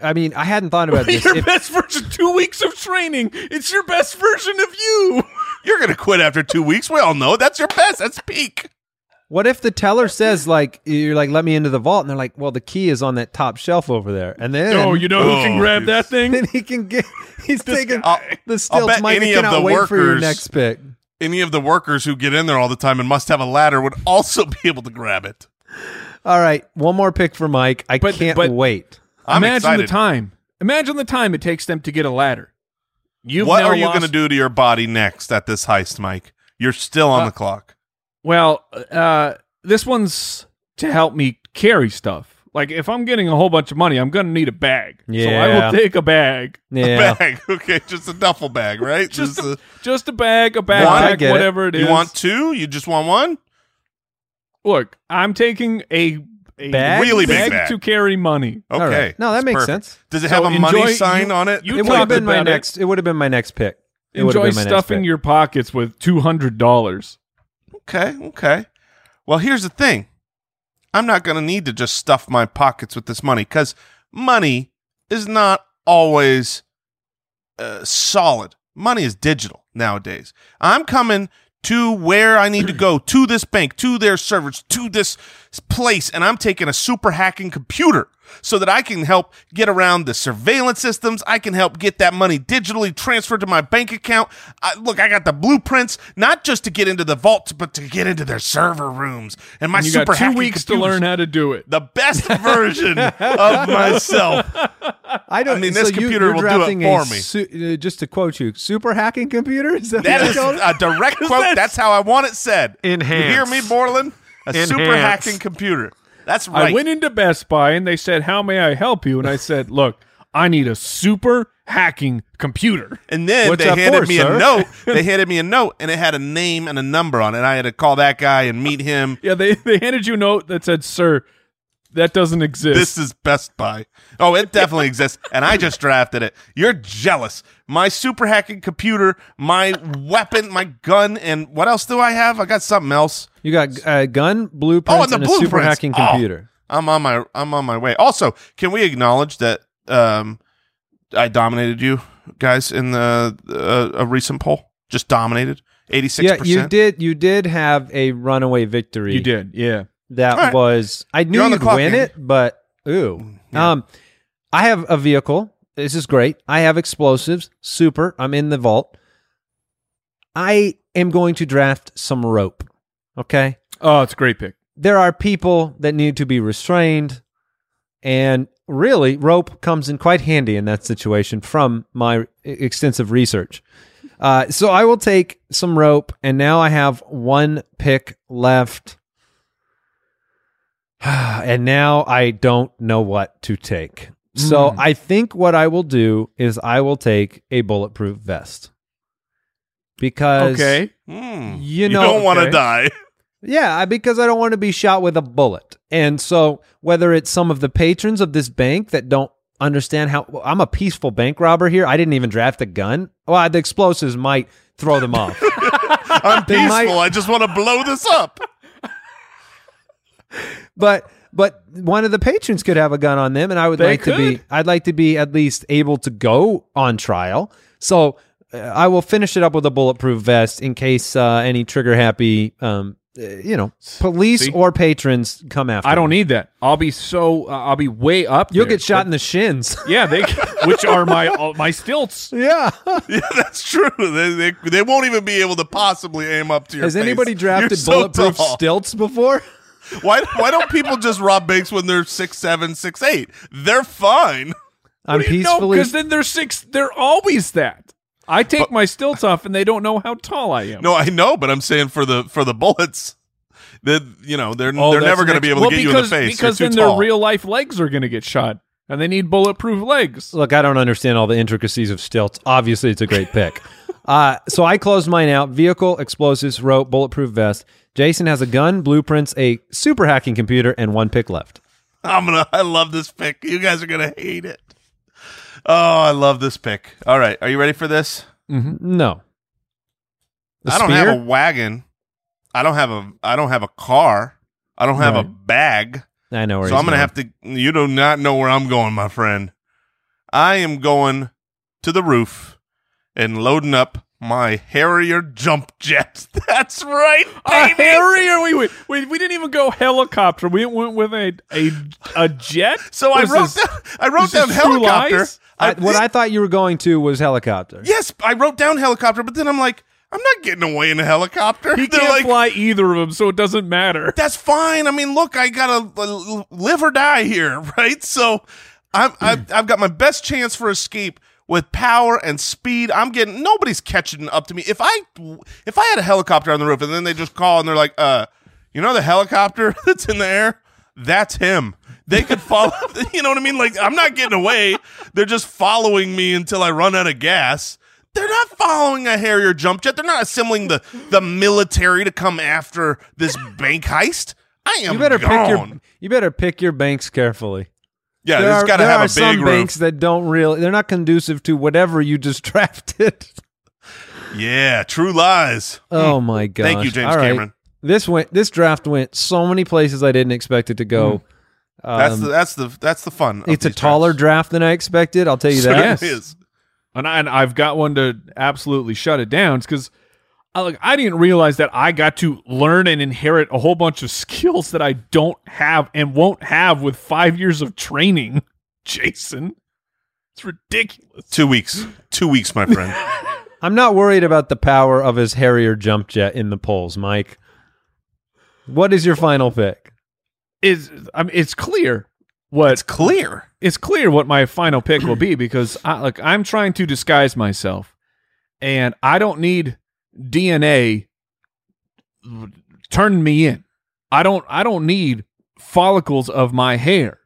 A: I mean, I hadn't thought about this.
B: your
A: If-
B: best version two weeks of training it's your best version
A: [laughs]
B: of you
D: You're gonna quit after two weeks. We all know that's your best. That's peak.
A: what if the teller says, like, you're like, let me into the vault? And they're like, well, the key is on that top shelf over there. And then,
B: oh you know who
D: Oh,
B: can grab that
D: it's-
B: thing
A: [laughs] then he can get, he's taking
D: guy.
A: the stilts.
D: bet
A: Mike, I
D: any of
A: cannot
D: the
A: wait for your
D: workers-
A: next pick.
D: Any of the workers who get in there all the time and must have a ladder would also [laughs] be able to grab it.
A: All right, one more pick for Mike. I
B: But-
A: can't
B: but-
D: [laughs]
A: wait.
D: I'm
B: imagine
D: excited.
B: the time imagine the time it takes them to get a ladder You've
D: what
B: now
D: are you
B: lost-
D: going to do to your body next at this heist, Mike? You're still on
B: Uh,
D: the clock. [laughs]
B: well uh this one's to help me carry stuff like if i'm getting a whole bunch of money i'm gonna need a bag so
A: Yeah.
B: i will take a bag
A: Yeah.
D: Bag. Okay, just a duffel bag,
B: [laughs]
D: right?
B: Just
D: a,
B: just a bag a
D: One, I
B: backpack
A: get it.
B: whatever it is
D: you want two? You just want one?
B: look, I'm taking a, a
A: Bag? Really
D: big bag.
B: to carry money.
D: Okay.
A: All right. No, that
D: that's
A: makes
D: perfect.
A: sense.
D: Does it
B: So
D: have a money
B: enjoy-
D: sign
B: you-
D: on it?
B: you
A: It would have
B: talked
A: been my
B: about it.
A: next. It would have been my next pick. It would have
B: Enjoy
A: been my next
B: stuffing
A: pick.
B: your pockets with two hundred dollars.
D: Okay, okay. Well, here's the thing. I'm not going to need to just stuff my pockets with this money cuz money is not always uh, solid. Money is digital nowadays. I'm coming to where I need to go, to this bank, to their servers, to this place, and I'm taking a super hacking computer so that I can help get around the surveillance systems. I can help get that money digitally transferred to my bank account. I, look, I got the blueprints, not just to get into the vault, but to get into their server rooms. And my
B: And you
D: super
B: got two
D: hacking
B: weeks to
D: computers-
B: learn how to do it.
D: the best
B: [laughs]
D: version of myself.
A: I don't
D: I mean,
A: so
D: this
A: you-
D: computer
A: you're
D: will do it
A: drafting a
D: for me.
A: su- uh, just to quote you, super hacking computer. Is that,
D: That
A: what
D: is
A: you called it?
D: a direct quote. That's how I want it said. You hear
F: Enhance.
D: me, Borland? A super
F: Enhance.
D: hacking computer. That's
B: I
D: right.
B: went into Best Buy and they said, "How may I help you?" And I said, "Look, I need a super hacking computer." [laughs]
D: and then
A: What's
D: they
A: that
D: handed
A: for,
D: me
A: sir?
D: a note. They handed me a note, and it had a name and a number on it. I had to call that guy and meet him.
B: Yeah, they they handed you a note that said, "Sir, that doesn't exist."
D: This is Best Buy. Oh, it definitely exists, and I just drafted it. You're jealous. My super hacking computer, my weapon, my gun, and what else do I have? I got something else.
A: You got a gun, blueprints,
D: Oh, and the
A: a super
D: blueprints.
A: hacking
D: Oh.
A: computer.
D: I'm on my I'm on my way. Also, can we acknowledge that um, I dominated you guys in the uh, a recent poll? Just dominated eighty six
A: Yeah, you
D: percent.
A: did. You did have a runaway victory.
B: you did, yeah.
A: That
D: All right.
A: was. I knew
D: on the
A: you'd
D: clock,
A: win
D: Andy.
A: it, but ooh.
D: Yeah.
A: Um, I have a vehicle. This is great. I have explosives. Super. I'm in the vault. I am going to draft some rope. Okay.
B: Oh, it's a great pick.
A: there are people that need to be restrained and really rope comes in quite handy in that situation from my e- extensive research uh, so i will take some rope and now i have one pick left [sighs] and now i don't know what to take so
B: Mm.
A: i think what i will do is i will take a bulletproof vest because
B: Okay,
A: you
D: you
A: know
D: don't want to
B: okay.
D: die.
A: yeah, I- because I don't want to be shot with a bullet. And so, whether it's some of the patrons of this bank that don't understand how well, I'm a peaceful bank robber here, I didn't even draft a gun. Well, the explosives might throw them off.
B: [laughs]
D: I'm
A: [laughs] They
D: peaceful.
A: might-
D: I just want to blow this up. [laughs]
A: but but one of the patrons could have a gun on them and I would
B: They
A: like to be
B: could.
A: I'd like to be at least able to go on trial. So uh, I will finish it up with a bulletproof vest in case uh, any trigger happy, um, uh, you know, police
B: See?
A: or patrons come after.
B: I don't
A: me.
B: need that. I'll be so. Uh, I'll be way up.
A: You'll
B: there.
A: get shot in the
B: [laughs]
A: shins.
B: Yeah, they which are my all
A: [laughs]
B: my stilts.
A: yeah.
D: Yeah, that's true. They, they, they won't even be able to possibly aim up to your.
A: Has
D: face.
A: anybody drafted
D: You're so
A: bulletproof
D: tall.
A: stilts before?
D: Why why don't people just rob banks when they're six seven, six eight? They're fine.
A: I'm peacefully.
B: because then they're six. They're always that. I take my stilts off, and they don't know how tall I am.
D: No, I know, but I'm saying for the for the bullets, that you know they're
B: Oh,
D: they're
B: that's
D: never going to
B: next-
D: be able
B: well,
D: to get
B: because,
D: you in the face.
B: Because
D: You're
B: then
D: too
B: their
D: tall.
B: real life legs are going to get shot, and they need bulletproof legs.
A: Look, I don't understand all the intricacies of stilts. Obviously, it's a great pick. [laughs] uh, so I closed mine out. Vehicle, explosives, rope, bulletproof vest. Jason has a gun, blueprints, a super hacking computer, and one pick left.
D: [laughs] I'm gonna. I love this pick. You guys are gonna hate it. Oh, I love this pick. All right, are you ready for this?
A: No. The
D: Mm-hmm. I don't
A: spear?
D: have a wagon. I don't have a. I don't have a car. I don't have a
A: Right.
D: bag.
A: I know where
D: So I'm gonna have to. You do not know where I'm going, my friend. I am going to the roof and loading up my Harrier jump jet. [laughs] That's right,
B: [laughs] A
D: baby.
B: Harrier. We, went- we we didn't even go helicopter. We went with a a, a jet.
D: [laughs] so I
B: Was
D: wrote
B: this-
D: down. I wrote
B: is this
D: down
B: true
D: helicopter.
B: lies?
A: I, what I thought you were going to was helicopter.
D: yes, I wrote down helicopter, but then I'm like, I'm not getting away in a
B: [laughs]
D: helicopter.
B: He
D: [laughs] They're
B: can't
D: like,
B: fly either of them, so it doesn't matter. [laughs]
D: that's fine. I mean, look, I gotta uh, live or die here, [laughs] right? So, I'm I've, I've got my best chance for escape with power and speed. I'm getting nobody's catching up to me. If I if I had a helicopter on the roof and then they just call and they're like, uh, you know, the helicopter [laughs] that's in the air, that's him. They could follow. [laughs] you know what I mean? Like I'm not getting away. They're just following me until I run out of gas. They're not following a Harrier jump jet. They're not assembling the the military to come after this bank heist. I am
A: You better
D: gone.
A: pick your you better pick your banks carefully.
D: yeah.
A: there
D: It's
A: are,
D: got to
A: there
D: have
A: are
D: a big
A: some
D: roof.
A: banks that don't really they're not conducive to whatever you just [laughs] drafted.
D: Yeah, true lies.
A: Oh my god!
D: Hmm. Thank you, James Cameron.
A: This went. This draft went so many places I didn't expect it to go.
D: That's
A: Um,
D: the that's the that's the fun. of
A: it's a
D: Hmm. these
A: taller
D: drafts.
A: draft than I expected. I'll tell you
D: So
A: that.
B: Yes.
D: it is.
B: and, I, and I've got one to absolutely shut it down because I like I didn't realize that I got to learn and inherit a whole bunch of skills that I don't have and won't have with five years of training, [laughs] Jason. It's ridiculous.
D: Two weeks. Two weeks,
A: [laughs]
D: my friend.
A: I'm not worried about the power of his Harrier jump jet in the polls, Mike. What is your final pick?
B: Is I mean it's clear what
D: it's clear.
B: it's clear what my final pick will be because I, like I'm trying to disguise myself, and I don't need DNA turning me in. I don't I don't need follicles of my hair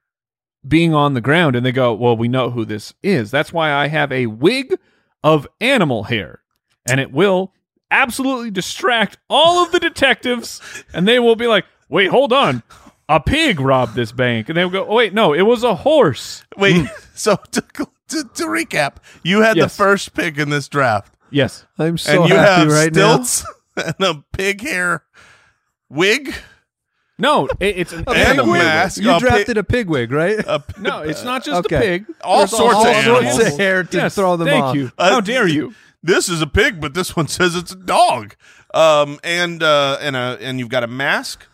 B: being on the ground. And they go, well, we know who this is. That's why I have a wig of animal hair, and it will absolutely distract all of the detectives, and they will be like, wait, hold on. A pig robbed this bank, and they will go. Oh wait, no, it was a horse.
D: Wait.
A: Mm.
D: [laughs] so to, to to recap, you had
B: Yes.
D: the first pick in this draft,
B: Yes.
A: I'm so
D: and you
A: happy
D: have
A: right
D: stilts [laughs] and a pig hair wig.
B: No, it, it's an
A: now.
D: and a
A: Pigwig.
D: mask,
A: You
D: a pig-
A: drafted a pigwig, right?
D: A,
B: No, it's not just
A: Okay.
B: a pig.
D: All
B: There's
D: sorts of
B: sorts
D: animals.
B: animals.
A: hair to
B: Yes,
A: throw them
B: thank
A: off.
B: you.
D: Uh,
B: How dare you?
D: This is a pig, but this one [laughs] says it's a dog. Um, and uh, and a and you've got a mask.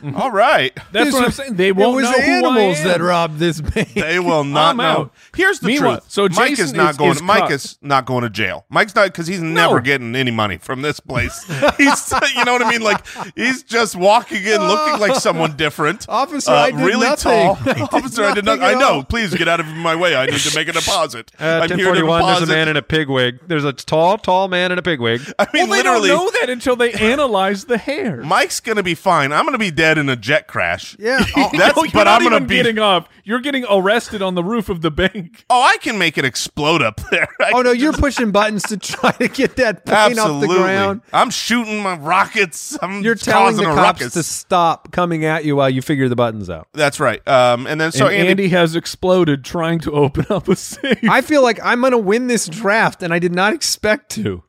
B: Mm-hmm. [laughs]
D: All right.
B: That's
A: This
B: what I'm
A: was-
B: saying. They
A: It
B: won't
A: was
B: know
A: animals
B: who I am.
A: that robbed this bank.
D: They will not
B: I'm
D: know.
B: out.
D: Here's the
B: Meanwhile,
D: truth.
B: so
D: Mike is
B: Jason
D: not
B: is-
D: going.
B: is
D: Mike
B: caught.
D: is not going to jail. Mike's not because he's never getting any money from this place. [laughs] He's, you know what I mean? Like he's just walking in, looking like
B: [laughs]
D: someone different. Uh,
A: Officer, I did
D: really
A: nothing.
D: tall. [laughs]
A: I did
D: Officer, I did not.
A: nothing at
D: I know.
A: all.
D: Please get out of my way. I need
B: [laughs]
D: to make a deposit.
A: Uh,
D: I'm here to
A: 1041, there's a
D: deposit.
A: man in a pigwig. There's a tall, tall man in a pigwig.
D: I
B: Well,
D: mean,
B: they
D: literally,
B: don't know that until they analyze the hair.
D: Mike's gonna be fine. I'm gonna be dead in a jet crash. [laughs]
A: Yeah. Oh,
D: that's.
B: No, you're
D: but
B: not
D: I'm gonna
B: even
D: be.
B: getting off. You're getting arrested on the roof of the bank.
D: oh, I can make it explode up [laughs] there. I
A: [laughs] Oh no, you're pushing buttons to try to get that plane off the ground.
D: I'm shooting my rockets. I'm
A: You're telling the
D: causing a
A: cops
D: ruckus.
A: to stop coming at you while you figure the buttons out.
D: That's right. Um, and then so
B: and Andy,
D: Andy,
B: has exploded trying to open up a safe.
A: I feel like I'm going to win this draft, and I did not expect to.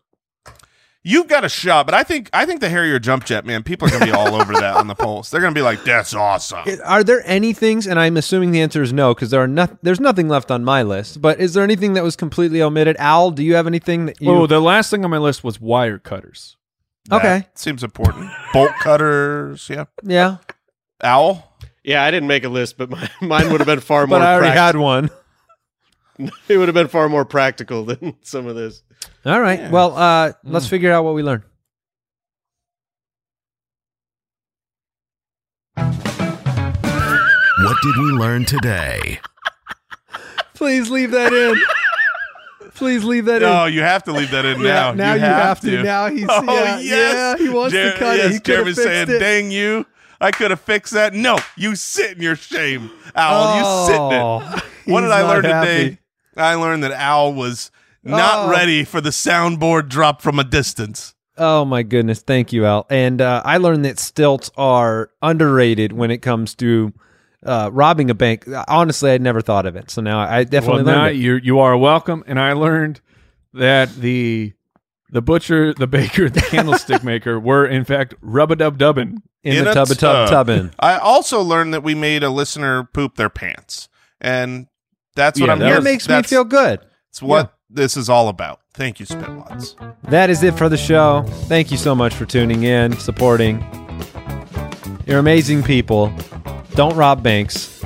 D: You've got a shot, but I think I think the Harrier jump jet, man, people are gonna be all over that
A: [laughs]
D: on the polls. They're gonna be like, "That's awesome."
A: It- Are there any things, and I'm assuming the answer is no, because there are not, there's nothing left on my list. But is there anything that was completely omitted? Al, do you have anything that you?
B: Oh, the last thing on my list was wire cutters.
D: That
A: okay.
D: seems important. Bolt cutters, yeah.
A: yeah,
D: Owl.
E: Yeah, I didn't make a list, but my, [laughs] mine would have been far more.
A: but I already
E: prac-
A: had one.
E: [laughs] It would have been far more practical [laughs] than some of this.
A: All right.
D: Yeah.
A: Well, uh, let's figure out what we learned.
C: What did we learn today?
A: Please leave that
D: [laughs]
A: in. Please leave that
D: No, you have to leave that in
A: in. [laughs] Yeah,
D: now.
A: now you, have, to. Now he's
D: Oh
A: yeah, yeah,
D: yes,
A: he wants
D: Jer-
A: to cut
D: yes,
A: it. He could have
D: Jeremy's
A: fixed
D: saying,
A: it.
D: "Dang you! I could have fixed that." No, you sit in your shame, Owl. You sit in it.
A: [laughs] Oh,
D: What did
A: he's
D: I
A: not
D: learn
A: happy.
D: today? I learned that Al was not
A: Oh.
D: ready for the soundboard drop from a distance.
A: Oh my goodness, thank you, Al. And uh, I learned that stilts are underrated when it comes to uh, robbing a bank. Honestly, I'd never thought of it, so now I definitely
B: well, now
A: learned. it.
B: you you are welcome. And I learned that the the butcher, the baker, [laughs] the candlestick maker were in fact rub a dub dubbin.
A: In,
D: in
A: the
D: a
A: tub, a tub,
D: tub.
A: tubbin.
D: I also learned that we made a listener poop their pants, and that's what
B: Yeah,
D: I'm.
B: that
D: here-
A: That
B: was-
A: makes me
D: that's-
A: feel good.
D: It's what this is all about. Thank you, Spitwads.
A: That is it for the show. Thank you so much for tuning in, supporting. You're amazing people. Don't rob banks.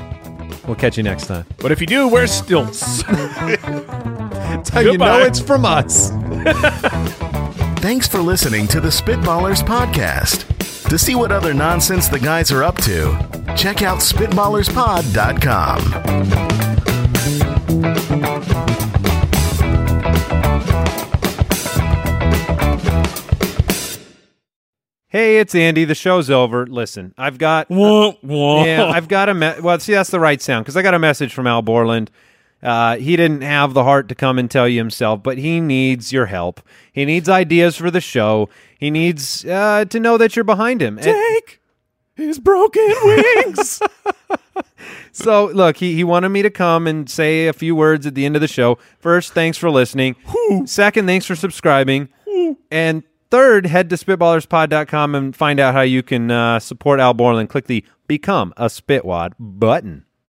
A: We'll catch you next time.
B: But if you do, wear stilts.
A: That's how
B: you know Goodbye. it's
A: from us.
C: Thanks for listening to the Spitballers Podcast. To see what other nonsense the guys are up to, check out SpitballersPod.com.
A: Hey, it's Andy. The show's over. Listen, I've got yeah, I've got a me- well. See, that's the right sound because I got a message from Al Borland. Uh, he didn't have the heart to come and tell you himself, but he needs your help. He needs ideas for the show. He needs uh, to know that you're behind him. And-
B: his broken wings.
A: so look, he, he wanted me to come and say a few words at the end of the show. First, thanks for listening. Second, thanks for subscribing. And third, head to spitballerspod.com and find out how you can uh, support Al Borland. Click the Become a Spitwad button.